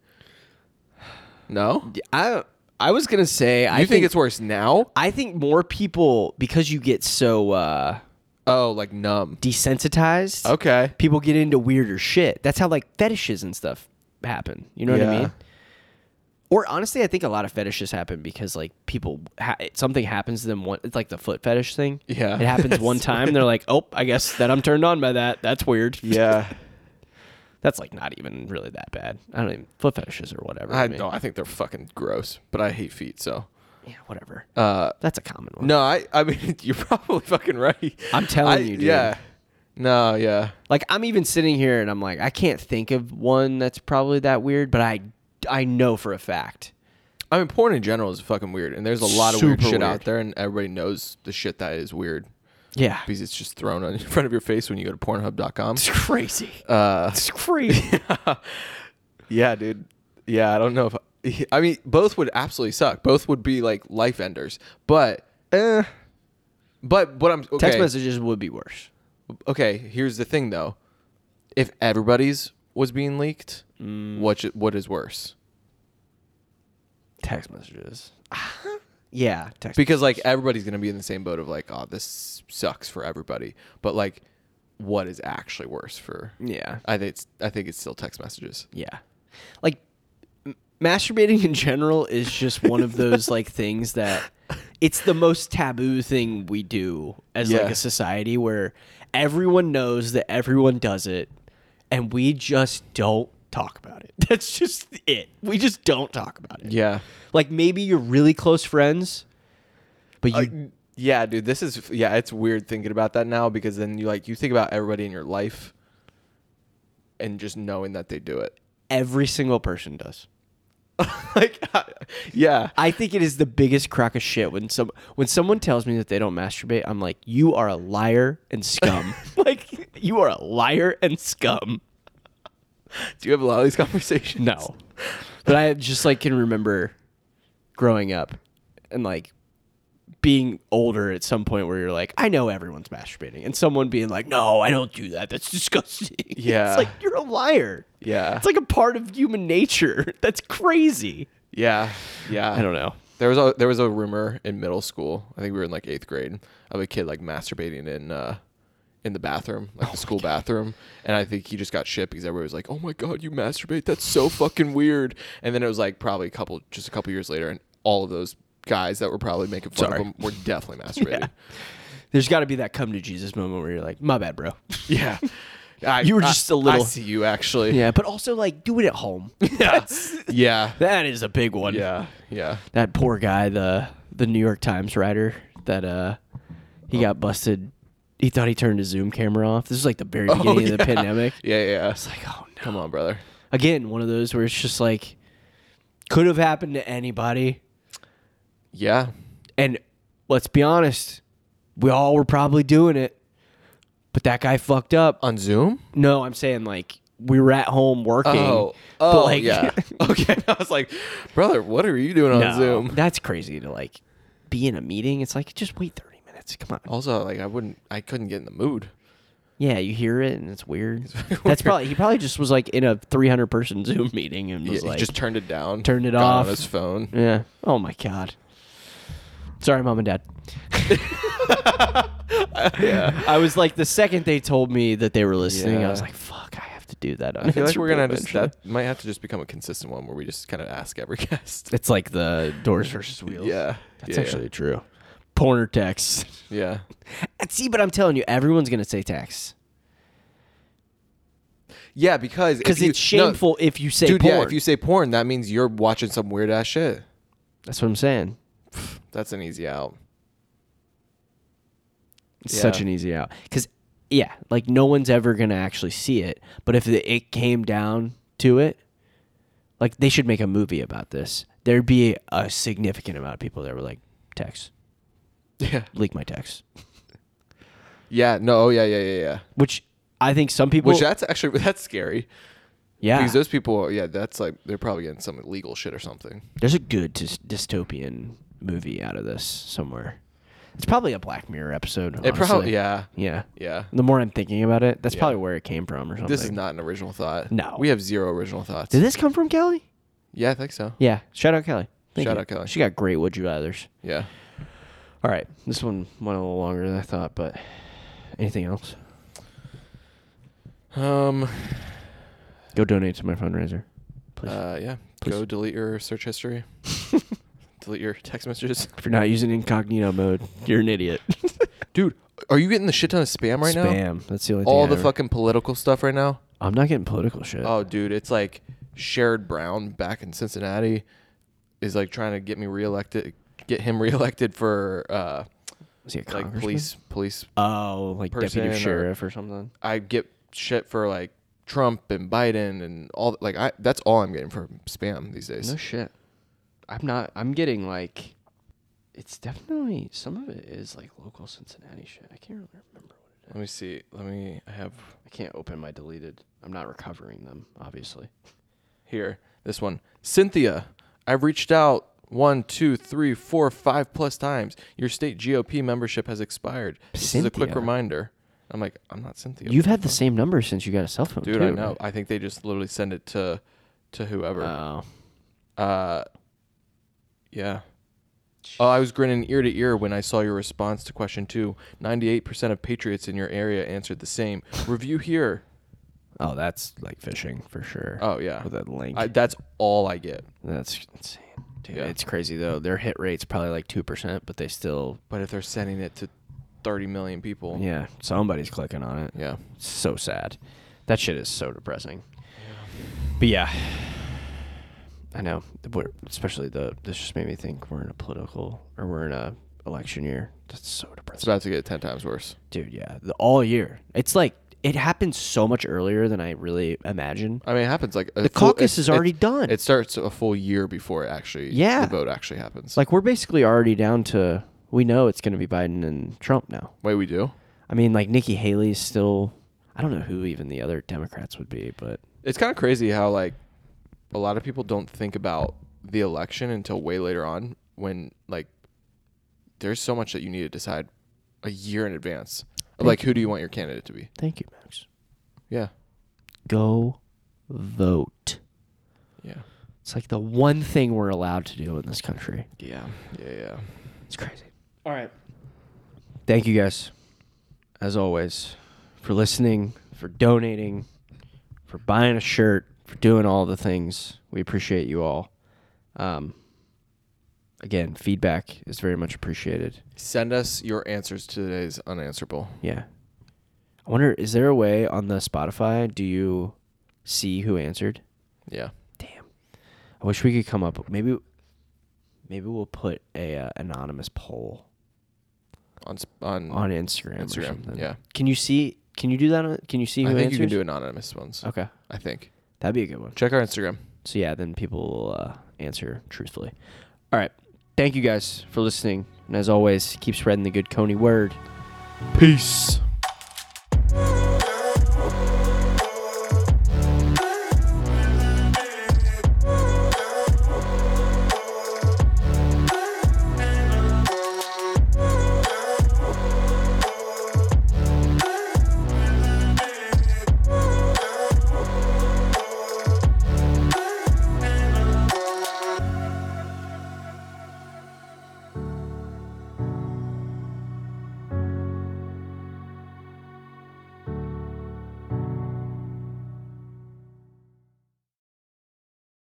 [SPEAKER 2] No,
[SPEAKER 1] I I was gonna say I
[SPEAKER 2] you think, it's worse now?
[SPEAKER 1] I think more people because you get so uh,
[SPEAKER 2] Oh, like numb.
[SPEAKER 1] desensitized.
[SPEAKER 2] Okay.
[SPEAKER 1] people get into weirder shit. That's how like fetishes and stuff happen. You know what I
[SPEAKER 2] Yeah.
[SPEAKER 1] mean? Or honestly, I think a lot of fetishes happen because like people ha- something happens to them. One, it's like the foot fetish thing.
[SPEAKER 2] Yeah.
[SPEAKER 1] it happens one time. and They're like, oh, I guess that I'm turned on by that. That's weird.
[SPEAKER 2] Yeah.
[SPEAKER 1] that's like not even really that bad. I don't even foot fetishes or whatever.
[SPEAKER 2] I
[SPEAKER 1] mean.
[SPEAKER 2] no, I think they're fucking gross, but I hate feet, so.
[SPEAKER 1] Yeah, whatever.
[SPEAKER 2] Uh,
[SPEAKER 1] That's a common one.
[SPEAKER 2] no, I I mean you're probably fucking right.
[SPEAKER 1] I'm telling
[SPEAKER 2] I-
[SPEAKER 1] you, dude.
[SPEAKER 2] Yeah. No, yeah.
[SPEAKER 1] Like I'm even sitting here and I'm like, I can't think of one that's probably that weird, but I I know for a fact.
[SPEAKER 2] I mean, porn in general is fucking weird, and there's a lot of weird
[SPEAKER 1] Super
[SPEAKER 2] shit out
[SPEAKER 1] weird.
[SPEAKER 2] there, and everybody knows the shit that is weird
[SPEAKER 1] Yeah.
[SPEAKER 2] because it's just thrown on in front of your face when you go to Pornhub.com.
[SPEAKER 1] It's crazy.
[SPEAKER 2] Uh,
[SPEAKER 1] It's crazy.
[SPEAKER 2] yeah, dude. Yeah, I don't know if I mean both would absolutely suck. Both would be like life enders, but eh. But what I'm okay.
[SPEAKER 1] Text messages would be worse.
[SPEAKER 2] okay, here's the thing though. If everybody's was being leaked,
[SPEAKER 1] Mm.
[SPEAKER 2] what what is worse?
[SPEAKER 1] Text messages. yeah, text.
[SPEAKER 2] Because like everybody's going to be in the same boat of like, oh, this sucks for everybody. But like what is actually worse for
[SPEAKER 1] yeah,
[SPEAKER 2] I think it's I think it's still text messages.
[SPEAKER 1] yeah. Like m- masturbating in general is just one of those like things that it's the most taboo thing we do as like
[SPEAKER 2] Yeah.
[SPEAKER 1] a society where everyone knows that everyone does it and we just don't talk about it. That's just it. We just don't talk about it.
[SPEAKER 2] Yeah.
[SPEAKER 1] Like maybe you're really close friends, but you
[SPEAKER 2] I- yeah, dude, this is yeah, it's weird thinking about that now because then you like you think about everybody in your life and just knowing that they do it.
[SPEAKER 1] every single person does.
[SPEAKER 2] like yeah.
[SPEAKER 1] I think it is the biggest crack of shit when some when someone tells me that they don't masturbate. I'm like, you are a liar and scum. like you are a liar and scum.
[SPEAKER 2] Do you have a lot of these conversations?
[SPEAKER 1] No, but I just like can remember growing up and like being older at some point where you're like, I know everyone's masturbating, and someone being like, No, I don't do that. That's disgusting.
[SPEAKER 2] Yeah.
[SPEAKER 1] it's like you're a liar.
[SPEAKER 2] Yeah.
[SPEAKER 1] it's like a part of human nature. That's crazy.
[SPEAKER 2] Yeah, yeah.
[SPEAKER 1] I don't know.
[SPEAKER 2] There was a there was a rumor in middle school. I think we were in like eighth grade of a kid like masturbating in uh, in the bathroom, like
[SPEAKER 1] Oh
[SPEAKER 2] the school bathroom, and I think he just got shit because everybody was like, "Oh my god, you masturbate? That's so fucking weird." And then it was like probably a couple, just a couple years later, and all of those guys that were probably making fun
[SPEAKER 1] Sorry.
[SPEAKER 2] of him were definitely masturbating.
[SPEAKER 1] There's got to be that come to Jesus moment where you're like, My bad, bro.
[SPEAKER 2] yeah. I,
[SPEAKER 1] You were
[SPEAKER 2] I-
[SPEAKER 1] just a little-
[SPEAKER 2] I see you actually.
[SPEAKER 1] Yeah, but also like do it at home. That's,
[SPEAKER 2] Yeah.
[SPEAKER 1] that is a big one.
[SPEAKER 2] Yeah. Yeah.
[SPEAKER 1] That poor guy, the the New York Times writer that uh he got busted. He thought he turned his Zoom camera off. This is like the very beginning of the
[SPEAKER 2] yeah.
[SPEAKER 1] pandemic.
[SPEAKER 2] Yeah. Yeah.
[SPEAKER 1] Oh, It's like, oh no.
[SPEAKER 2] Come on, brother.
[SPEAKER 1] Again, one of those where it's just like could have happened to anybody.
[SPEAKER 2] Yeah.
[SPEAKER 1] And let's be honest, we all were probably doing it. But that guy fucked up.
[SPEAKER 2] On Zoom.
[SPEAKER 1] No, I'm saying like we were at home working.
[SPEAKER 2] Oh,
[SPEAKER 1] but,
[SPEAKER 2] oh
[SPEAKER 1] like-
[SPEAKER 2] yeah. Okay, I was like, brother, what are you doing on
[SPEAKER 1] No,
[SPEAKER 2] Zoom?
[SPEAKER 1] That's crazy to like
[SPEAKER 2] Oh.
[SPEAKER 1] be in a meeting. It's like just wait thirty minutes. Come on.
[SPEAKER 2] Also, like, I wouldn't, I couldn't get in the mood.
[SPEAKER 1] Yeah, you hear it and it's weird.
[SPEAKER 2] It's very
[SPEAKER 1] That's
[SPEAKER 2] weird.
[SPEAKER 1] probably he probably just was like in a 300 person Zoom meeting and
[SPEAKER 2] Yeah,
[SPEAKER 1] was
[SPEAKER 2] he
[SPEAKER 1] like
[SPEAKER 2] just turned it down.
[SPEAKER 1] turned it
[SPEAKER 2] got
[SPEAKER 1] off.
[SPEAKER 2] on his phone.
[SPEAKER 1] Yeah. Oh my god. Sorry, mom and dad.
[SPEAKER 2] yeah.
[SPEAKER 1] I was like the second they told me that they were listening, I was
[SPEAKER 2] Yeah.
[SPEAKER 1] like, "Fuck, I have to do that."
[SPEAKER 2] I feel like we're gonna
[SPEAKER 1] unanswerable
[SPEAKER 2] just
[SPEAKER 1] eventually.
[SPEAKER 2] that might have to just become a consistent one where we just kind of ask every guest.
[SPEAKER 1] It's like the Doors versus Wheels.
[SPEAKER 2] Yeah,
[SPEAKER 1] that's
[SPEAKER 2] yeah,
[SPEAKER 1] actually true. Porn or tax?
[SPEAKER 2] yeah.
[SPEAKER 1] And see, but I'm telling you, everyone's gonna say tax
[SPEAKER 2] Yeah, because if
[SPEAKER 1] because
[SPEAKER 2] you-
[SPEAKER 1] it's
[SPEAKER 2] no,
[SPEAKER 1] shameful if you say
[SPEAKER 2] dude,
[SPEAKER 1] porn.
[SPEAKER 2] yeah, if you say porn, that means you're watching some weird ass shit.
[SPEAKER 1] That's what I'm saying.
[SPEAKER 2] That's an easy out.
[SPEAKER 1] It's such
[SPEAKER 2] Yeah.
[SPEAKER 1] an easy out because yeah, like no one's ever gonna actually see it. But if it, it came down to it, like they should make a movie about this. There'd be a significant amount of people that were like, "Tax,
[SPEAKER 2] Yeah.
[SPEAKER 1] leak my tax,"
[SPEAKER 2] Yeah. No. Oh, yeah. Yeah. Yeah. Yeah.
[SPEAKER 1] which I think some people,
[SPEAKER 2] Which that's actually that's scary.
[SPEAKER 1] yeah,
[SPEAKER 2] Because those people, yeah, that's like they're probably getting some illegal shit or something.
[SPEAKER 1] There's a good dys- dystopian movie out of this somewhere. It's probably a Black Mirror episode.
[SPEAKER 2] It probably.
[SPEAKER 1] honestly.
[SPEAKER 2] Yeah.
[SPEAKER 1] Yeah.
[SPEAKER 2] Yeah.
[SPEAKER 1] The more I'm thinking about it, that's
[SPEAKER 2] Yeah.
[SPEAKER 1] probably where it came from or something.
[SPEAKER 2] This is not an original thought.
[SPEAKER 1] No.
[SPEAKER 2] We have zero original thoughts.
[SPEAKER 1] Did this come from Kelly?
[SPEAKER 2] Yeah, I think so.
[SPEAKER 1] Yeah. Shout out Kelly.
[SPEAKER 2] Shout out Kelly.
[SPEAKER 1] She got great would you rather's.
[SPEAKER 2] Yeah.
[SPEAKER 1] All right. This one went a little longer than I thought, but anything else?
[SPEAKER 2] Um.
[SPEAKER 1] Go donate to my fundraiser. Please.
[SPEAKER 2] Uh. Yeah.
[SPEAKER 1] Please.
[SPEAKER 2] Go delete your search history. delete your text messages.
[SPEAKER 1] if you're not using incognito mode, you're an idiot.
[SPEAKER 2] Dude, are you getting the shit ton of spam right now?
[SPEAKER 1] Spam. That's the only thing.
[SPEAKER 2] All
[SPEAKER 1] I
[SPEAKER 2] the
[SPEAKER 1] ever-
[SPEAKER 2] fucking political stuff right now.
[SPEAKER 1] I'm not getting political shit.
[SPEAKER 2] Oh, dude, it's like Sherrod Brown back in Cincinnati is like trying to get me reelected, get him reelected for uh,
[SPEAKER 1] Is he a
[SPEAKER 2] like
[SPEAKER 1] congressman?
[SPEAKER 2] police, police.
[SPEAKER 1] Oh, like
[SPEAKER 2] person
[SPEAKER 1] deputy
[SPEAKER 2] or-
[SPEAKER 1] sheriff or something.
[SPEAKER 2] I get shit for like Trump and Biden and all. Like I, that's all I'm getting for spam these days.
[SPEAKER 1] No shit. I'm not. I'm getting like. It's definitely some of it is like local Cincinnati shit. I can't really remember what it is.
[SPEAKER 2] Let me see. Let me. I have
[SPEAKER 1] I can't open my deleted. I'm not recovering them, obviously.
[SPEAKER 2] here this one. Cynthia, I've reached out one, two, three, four, five plus times. Your state GOP membership has expired. This is a quick
[SPEAKER 1] Cynthia?
[SPEAKER 2] reminder. I'm like, I'm not Cynthia.
[SPEAKER 1] You've had the same number since you got a cell phone,
[SPEAKER 2] Dude,
[SPEAKER 1] too,
[SPEAKER 2] I know.
[SPEAKER 1] right?
[SPEAKER 2] I think they just literally send it to to whoever.
[SPEAKER 1] Oh,
[SPEAKER 2] Uh, yeah. Oh, I was grinning ear to ear when I saw your response to question two. Ninety-eight percent of patriots in your area answered the same. Review here.
[SPEAKER 1] oh, that's like phishing for sure.
[SPEAKER 2] Oh yeah,
[SPEAKER 1] with that link.
[SPEAKER 2] I, that's all I get.
[SPEAKER 1] that's insane, dude.
[SPEAKER 2] Yeah.
[SPEAKER 1] It's crazy though. Their hit rate's probably like two percent, but they still,
[SPEAKER 2] But if they're sending it to thirty million people,
[SPEAKER 1] yeah, somebody's clicking on it.
[SPEAKER 2] yeah.
[SPEAKER 1] so sad. That shit is so depressing. But yeah, I know. We're, especially the this just made me think we're in a political or we're in a election year. That's so
[SPEAKER 2] it's
[SPEAKER 1] depressing,
[SPEAKER 2] about to get ten times worse.
[SPEAKER 1] dude. Yeah, the, all year. It's like it happens so much earlier than I really imagine.
[SPEAKER 2] I mean, it happens like a
[SPEAKER 1] The
[SPEAKER 2] full-
[SPEAKER 1] caucus
[SPEAKER 2] it-
[SPEAKER 1] is already
[SPEAKER 2] it,
[SPEAKER 1] done.
[SPEAKER 2] It starts a full year before it actually,
[SPEAKER 1] Yeah.
[SPEAKER 2] the vote actually happens.
[SPEAKER 1] Like we're basically already down to we know it's going to be Biden and Trump now.
[SPEAKER 2] wait, we do.
[SPEAKER 1] I mean, like Nikki Haley's still. I don't know who even the other Democrats would be, but
[SPEAKER 2] It's kind of crazy how like a lot of people don't think about the election until way later on when like there's so much that you need to decide a year in advance. Of, Like who do you want your candidate to be?
[SPEAKER 1] thank you, Max.
[SPEAKER 2] Yeah.
[SPEAKER 1] Go vote.
[SPEAKER 2] Yeah.
[SPEAKER 1] It's like the one thing we're allowed to do in this country.
[SPEAKER 2] Yeah. Yeah, yeah.
[SPEAKER 1] It's crazy. All right. Thank you guys, as always, for listening, for donating, for buying a shirt, for doing all the things. We appreciate you all. Um, again, feedback is very much appreciated.
[SPEAKER 2] Send us your answers to today's unanswerable.
[SPEAKER 1] Yeah. I wonder, is there a way on the Spotify? Do you see who answered?
[SPEAKER 2] Yeah.
[SPEAKER 1] Damn. I wish we could come up. Maybe, maybe we'll put a uh, anonymous poll
[SPEAKER 2] On s- on,
[SPEAKER 1] on Instagram. Or
[SPEAKER 2] Mm. Instagram,
[SPEAKER 1] something.
[SPEAKER 2] yeah.
[SPEAKER 1] Can you see? Can you do that? On, can you see
[SPEAKER 2] I
[SPEAKER 1] who
[SPEAKER 2] think
[SPEAKER 1] answers?
[SPEAKER 2] you can do anonymous ones.
[SPEAKER 1] Okay,
[SPEAKER 2] I think.
[SPEAKER 1] that'd be a good one.
[SPEAKER 2] Check our Instagram.
[SPEAKER 1] So yeah, then people will uh, answer truthfully. All right. Thank you guys for listening, and as always, keep spreading the good Coney word.
[SPEAKER 2] Peace.